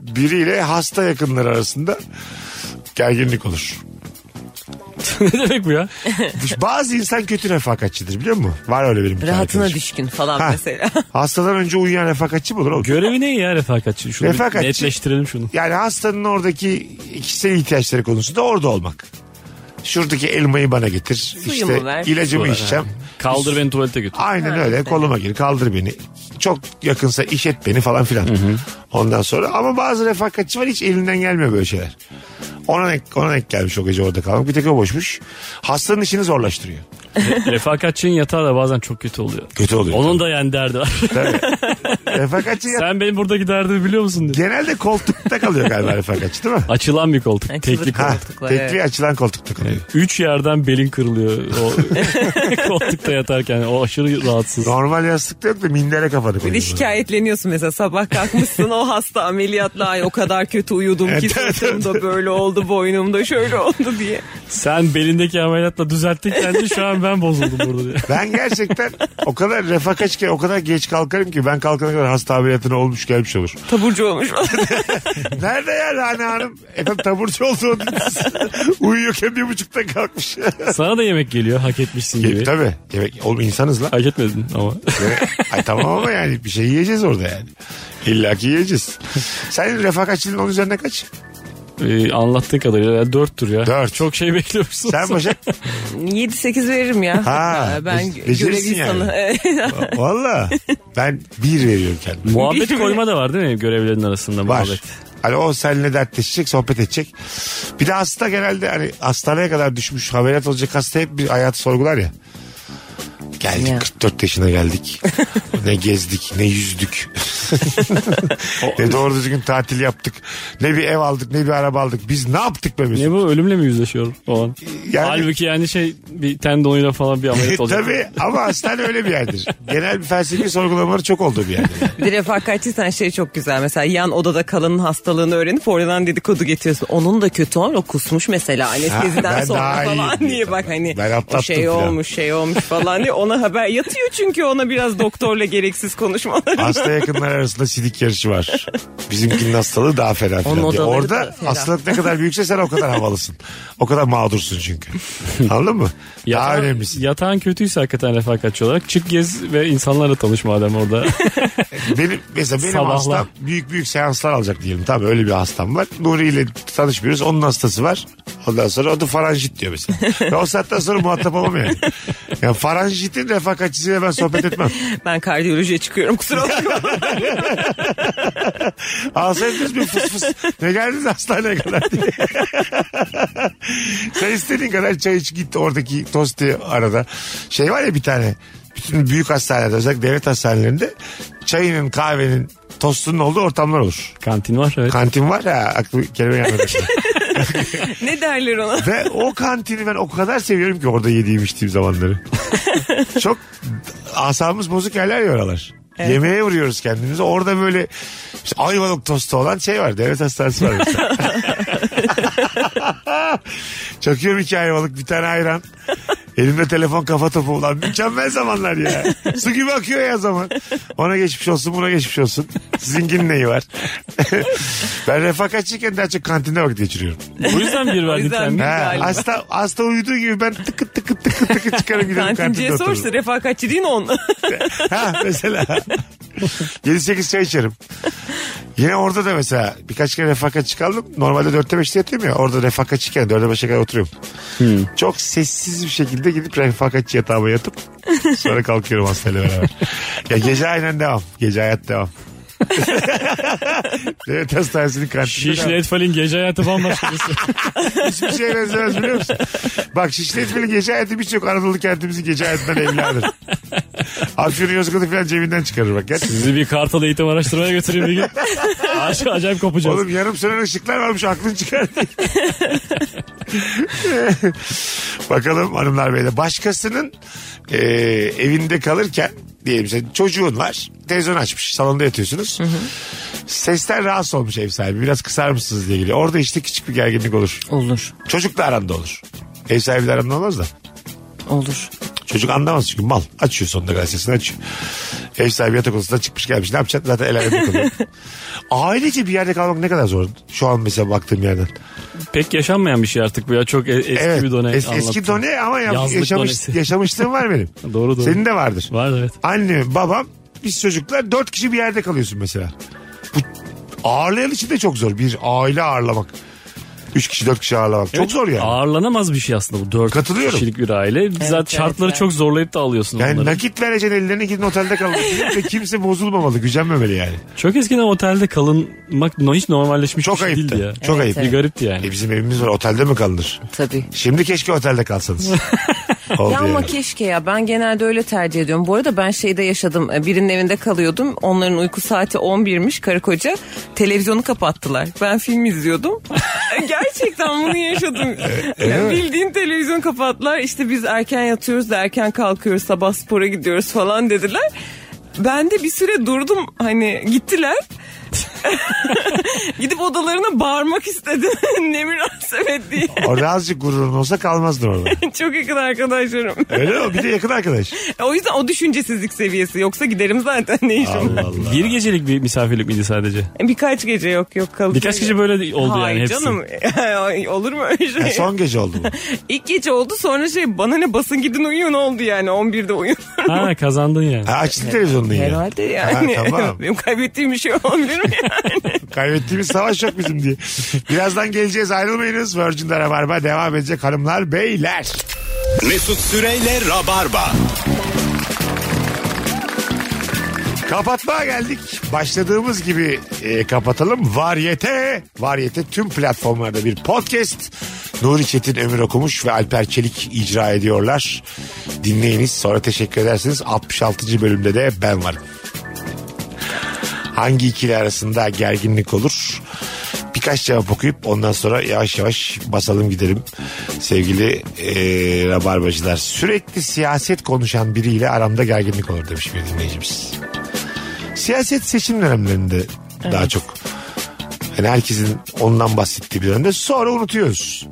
biriyle hasta yakınları arasında gerginlik olur.
(laughs) ne demek bu ya?
Bazı insan kötü refakatçidir biliyor musun? Var öyle benim bir tane
Rahatına
arkadaşım.
düşkün falan
Ha.
mesela. (laughs)
Hastadan önce uyuyan refakatçi mi olur? oğlum?
Görevi ne ya refakatçi? Şunu bir
Refakatçi-
netleştirelim şunu.
Yani hastanın oradaki kişisel ihtiyaçları konusunda orada olmak. Şuradaki elmayı bana getir.
Suyumu
işte
ver.
ilacımı içeceğim.
Kaldır beni tuvalete götür.
Aynen öyle. Koluma gir, kaldır beni. Çok yakınsa iş et beni falan filan. Ondan sonra ama bazı refakatçi var hiç elinden gelmiyor böyle şeyler. Ona denk, ona denk gelmiş o gece orada kalmak. Bir tek o boşmuş. Hastanın işini zorlaştırıyor.
Refakatçinin yatağı da bazen çok kötü oluyor.
Kötü oluyor.
Onun da yani derdi var.
(laughs)
Refakatçi ya-
Sen benim buradaki derdimi biliyor musun? Diye.
genelde koltukta kalıyor galiba refakatçi değil mi?
Açılan bir koltuk.
Açılır.
Tekli
Ha,
koltuk.
Koltuklar,
tekli açılan koltukta kalıyor.
Üç yerden belin kırılıyor o koltukta yatarken. O aşırı rahatsız.
Normal yastıkta yok da mindere kafanı koyuyor.
Bir de şikayetleniyorsun mesela sabah kalkmışsın o hasta ameliyatla ay o kadar kötü uyudum ki
Evet, evet,
sırtımda böyle oldu boynumda şöyle oldu diye.
Sen belindeki ameliyatla düzelttin kendini şu an ben bozuldum burada diye.
Ben gerçekten o kadar refakatçi o kadar geç kalkarım ki ben kalkana kadar hasta ameliyatına olmuş gelmiş olur.
Taburcu olmuş.
(laughs) Nerede ya Lane Hanım? Efendim taburcu oldu. Uyuyorken bir buçukta kalkmış.
Sana da yemek geliyor hak etmişsin gibi.
Tabii. Demek oğlum insanız lan.
Hak etmedin ama. (laughs)
Ay tamam ama yani bir şey yiyeceğiz orada yani. İlla ki yiyeceğiz. Senin refakatçiliğin onun üzerine kaç?
Ee, anlattığın kadarıyla yani dörttür ya.
Dört.
Çok şey bekliyormuşsun.
Sen Başak?
7-8 veririm ya.
Ha,
ben
be- becerirsin
görev insanı. (laughs) Evet.
Valla. Ben bir veriyorum kendime.
Muhabbet koyma da var değil mi görevlerin arasında
Var.
muhabbet?
Hani o seninle dertleşecek, sohbet edecek. Bir de hasta genelde hani hastaneye kadar düşmüş, ameliyat olacak hasta hep bir hayatı sorgular ya. Geldik
Ya.
44 yaşına geldik. ne gezdik, ne yüzdük. ne doğru düzgün tatil yaptık. Ne bir ev aldık, ne bir araba aldık. Biz ne yaptık be Mesut?
Ne bu ölümle mi yüzleşiyor falan?
Yani- E,
Halbuki yani şey bir tendonuyla falan bir ameliyat olacak.
Tabii ama hastane öyle bir yerdir. Genel bir felsefi sorgulamaları çok olduğu bir yerdir.
Bir de refakatçiysen şey çok güzel. Mesela yan odada kalanın hastalığını öğrenip oradan dedikodu getiriyorsun. Onun da kötü olan o kusmuş mesela
Ha,
anesteziden
ben
sonra
daha
falan
iyiyim
diye bak hani
Ben
o
atlattım
şey
filan.
olmuş şey olmuş falan diye ona haber yatıyor çünkü ona biraz doktorla gereksiz konuşmaları.
Hasta yakınlar arasında sidik yarışı var. Bizimkinin hastalığı daha fena
Onun
filan diye.
odaları
Orada
da fena.
hastalık ne kadar büyükse sen o kadar havalısın. O kadar mağdursun çünkü. Anladın mı? daha
Yatağın-
önemlisin.
Yatağın kötüyse hakikaten refakatçi olarak çık gez ve insanlarla tanış madem
(laughs)
orada.
Benim, mesela benim
Sabahlar.
hastam büyük büyük seanslar alacak diyelim. Tabii öyle bir hastam var. Nuri ile tanışmıyoruz. Onun hastası var. Ondan sonra o da faranjit diyor mesela. Ve o saatten sonra muhatap olamam yani. yani faranjitin refakatçisiyle ben sohbet etmem.
(laughs) Ben kardiyolojiye çıkıyorum kusura bakma.
Alsaydınız bir fıs fıs. Ne geldiniz hastaneye kadar diye. (laughs) Sen istediğin kadar çay iç git oradaki tosti arada. Şey var ya bir tane. Bütün büyük hastanelerde özellikle devlet hastanelerinde çayının kahvenin tostunun olduğu ortamlar olur.
Kantin var evet.
Kantin var ya aklı kelime gelmedi. şimdi.
ne derler ona?
Ve o kantini ben o kadar seviyorum ki orada yediğim içtiğim zamanları. Çok asabımız bozuk yerler ya oralar. Yemeğe vuruyoruz kendimizi. Orada böyle işte ayvalık tostu olan şey var. Devlet hastanesi var. mesela. Çakıyorum iki ayvalık bir tane ayran. Elimde telefon kafa topu ulan mükemmel zamanlar ya. Su gibi akıyor ya zaman. Ona geçmiş olsun buna geçmiş olsun. Sizinkinin neyi var? (laughs) ben refakatçiyken daha çok kantinde vakit geçiriyorum.
Bu yüzden bir
O
verdin
yüzden
kendine.
bir-
Ha,
galiba.
hasta, hasta uyuduğu gibi ben tıkı tıkı tıkı tıkı çıkarım giderim kantinde
Kantinciye sorsa
otururum.
refakatçi değil mi onun?
Ha mesela. (laughs) 7-8 çay içerim. Yine orada da mesela birkaç kere refakat çıkardım. Normalde 4'te 5'te yatıyorum ya. Orada refakatçiyken 4'e 5'e kadar oturuyorum. Çok sessiz bir şekilde gidip refakatçi yatağıma yatıp sonra kalkıyorum hastayla beraber. ya gece aynen devam. Gece hayat devam. Devlet Hastanesi'nin kantininde.
Şişli Etfal'in gece hayatı bambaşka. şey.
(laughs) Hiçbir şeye benzemez biliyor musun? Bak Şişli Etfil'in gece hayatı birçok Anadolu kentimizin gece hayatından evladır. Afyon'un Yozgat'ı falan cebinden çıkarır bak. Gerçekten.
Sizi bir Kartal eğitim araştırmaya
(laughs)
götüreyim bir gün. Aç- acayip kopacağız.
Oğlum yarım sönen ışıklar varmış aklın çıkar. (laughs) Bakalım hanımlar beyler. Başkasının e, evinde kalırken diyelim sen çocuğun var. Televizyon açmış. Salonda yatıyorsunuz. Sesten rahatsız olmuş ev sahibi. Biraz kısar mısınız diye geliyor. Orada işte küçük bir gerginlik olur.
Olur.
Çocukla aranda olur. Ev sahibiyle aranda olmaz da.
Olur.
Çocuk anlamaz çünkü mal. Açıyor sonunda gazetesini açıyor. Ev sahibi yatak odasından çıkmış gelmiş. Ne yapacaksın? Zaten el alemde
(laughs)
kalıyor. Ailece bir yerde kalmak ne kadar zor. Şu an mesela baktığım yerden.
Pek yaşanmayan bir şey artık bu ya. Çok e- eski
evet.
bir done
Es- eski
anlattın.
done ama ya-
Yazlık
yaşamış,
donesi.
yaşamışlığım var benim.
(laughs) Doğru, doğru.
Senin de vardır.
Var evet.
Annem, babam, biz çocuklar dört kişi bir yerde kalıyorsun mesela. Bu ağırlayan için de çok zor. Bir aile ağırlamak. Üç kişi dört kişi ağırlamak. çok
Evet,
zor yani.
Ağırlanamaz bir şey aslında bu. Dört
Katılıyorum.
kişilik bir aile. Zaten
evet,
şartları
evet.
çok zorlayıp da alıyorsun
yani
onları.
nakit vereceksin ellerine gidin otelde
(laughs)
kalacaksın. Ve kimse bozulmamalı, gücenmemeli yani.
Çok eskiden otelde kalınmak no- hiç normalleşmiş
Çok
bir şey
ayıptı.
değildi ya.
Çok ayıp.
Bir garipti yani.
E bizim evimiz var otelde mi kalınır?
Tabii.
Şimdi keşke otelde
(laughs)
kalsanız. Oldu
Ya ama
yani.
keşke ya ben genelde öyle tercih ediyorum. Bu arada ben şeyde yaşadım e, birinin evinde kalıyordum. Onların uyku saati 11'miş karı koca. Televizyonu kapattılar. Ben film izliyordum. (laughs) E, Gerçekten bunu yaşadım. Yani
mi?
bildiğin televizyon kapattılar. İşte biz erken yatıyoruz da erken kalkıyoruz. Sabah spora gidiyoruz falan dediler. Ben de bir süre durdum hani gittiler. (laughs) Gidip odalarına bağırmak istedim. (laughs) ne münasebet diye.
Orada azıcık gururun olsa kalmazdın orada.
Çok yakın arkadaşlarım.
Öyle mi? Bir de yakın arkadaş.
O yüzden o düşüncesizlik seviyesi. Yoksa giderim zaten ne işim var.
Allah Allah.
Bir gecelik bir misafirlik miydi sadece?
Birkaç gece yok yok kalıp.
Birkaç gece böyle oldu
Hayır
yani hepsi.
canım. (laughs) Olur mu öyle şey?
Ha, son gece oldu bu.
(laughs) İlk gece oldu sonra şey bana ne basın gidin uyuyun oldu yani
(laughs)
11'de uyuyun.
(laughs) Ha kazandın yani.
Ha, açtın televizyonunu yine.
Herhalde yani.
Ha, tamam.
(laughs) Benim kaybettiğim bir şey 11 mi yani?
(laughs)
Kaybettiğimiz savaş yok bizim diye. Birazdan geleceğiz ayrılmayınız. Virgin'de Rabarba devam edecek hanımlar beyler.
Mesut Süreyle Rabarba.
Kapatmaya geldik. Başladığımız gibi e, kapatalım. Varyete. Varyete tüm platformlarda bir podcast. Nuri Çetin Ömür Okumuş ve Alper Çelik icra ediyorlar. Dinleyiniz. Sonra teşekkür edersiniz. 66. bölümde de ben varım. Hangi ikili arasında gerginlik olur? Birkaç cevap okuyup ondan sonra yavaş yavaş basalım gidelim sevgili e, rabarbacılar. Sürekli siyaset konuşan biriyle aramda gerginlik olur demiş bir dinleyicimiz siyaset seçim dönemlerinde daha çok. Yani herkesin ondan bahsettiği bir dönemde sonra unutuyoruz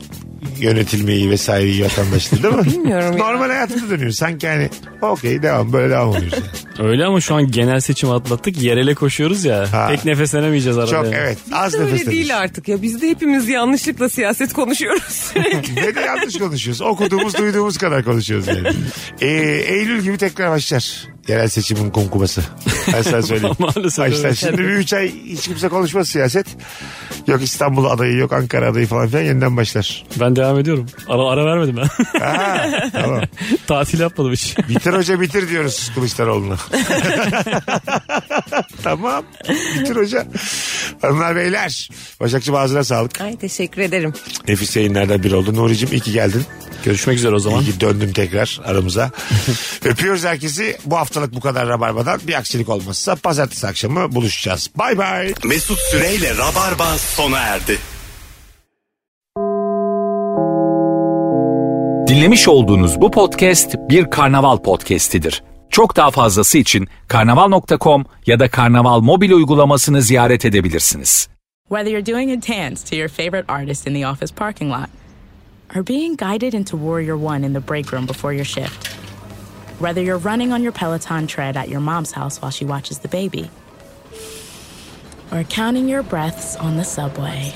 yönetilmeyi vesaireyi vatandaşları değil mi?
(laughs) Bilmiyorum ya.
Normal hayatımıza dönüyoruz. Sanki hani okey devam böyle devam oluyoruz. yani.
Öyle ama şu an genel seçim atlattık. Yerele koşuyoruz ya.
Ha.
Pek nefeslenemeyeceğiz arada.
Çok
yani.
evet az nefes
öyle
alıyoruz.
değil artık ya. Biz de hepimiz yanlışlıkla siyaset konuşuyoruz sürekli.
Ve de yanlış konuşuyoruz. Okuduğumuz duyduğumuz kadar konuşuyoruz yani. Ee, Eylül gibi tekrar başlar. Yerel seçimin kumkuması. Ben sana söyleyeyim.
Maalesef
Başlar.
öyle.
Şimdi bir üç ay hiç kimse konuşmaz siyaset. Yok İstanbul adayı yok Ankara adayı falan filan yeniden başlar.
Ben devam ediyorum. Ara, ara vermedim ben. (laughs)
Ha, tamam.
Tatil yapmadım hiç.
Bitir hoca bitir diyoruz Kılıçdaroğlu'na. (laughs) tamam. Bitir hoca. Hanımlar beyler. Başakçı ağzına sağlık.
(laughs) Ay teşekkür ederim.
Nefis yayınlardan biri oldu. Nuri'cim iyi ki geldin.
Görüşmek üzere o zaman.
İyi ki döndün tekrar aramıza. Öpüyoruz herkesi. Bu haftalık bu kadar Rabarba'dan. Bir aksilik olmazsa pazartesi akşamı buluşacağız. Bay bay.
Mesut Süreyle Rabarba sona erdi.
Dinlemiş olduğunuz bu podcast bir karnaval podcastidir. Çok daha fazlası için karnaval.com ya da karnaval mobil uygulamasını ziyaret edebilirsiniz.
Whether you're doing a dance to your favorite artist in the office parking lot, or being guided into Warrior One in the break room before your shift, whether you're running on your Peloton tread at your mom's house while she watches the baby, or counting your breaths on the subway,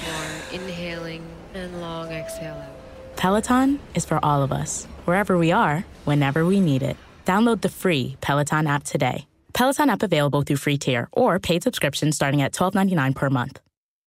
Inhaling and long exhale out.
Peloton is for all of us, wherever we are, whenever we need it. Download the free Peloton app today. Peloton app available through free tier or paid subscription starting at $12.99 per month.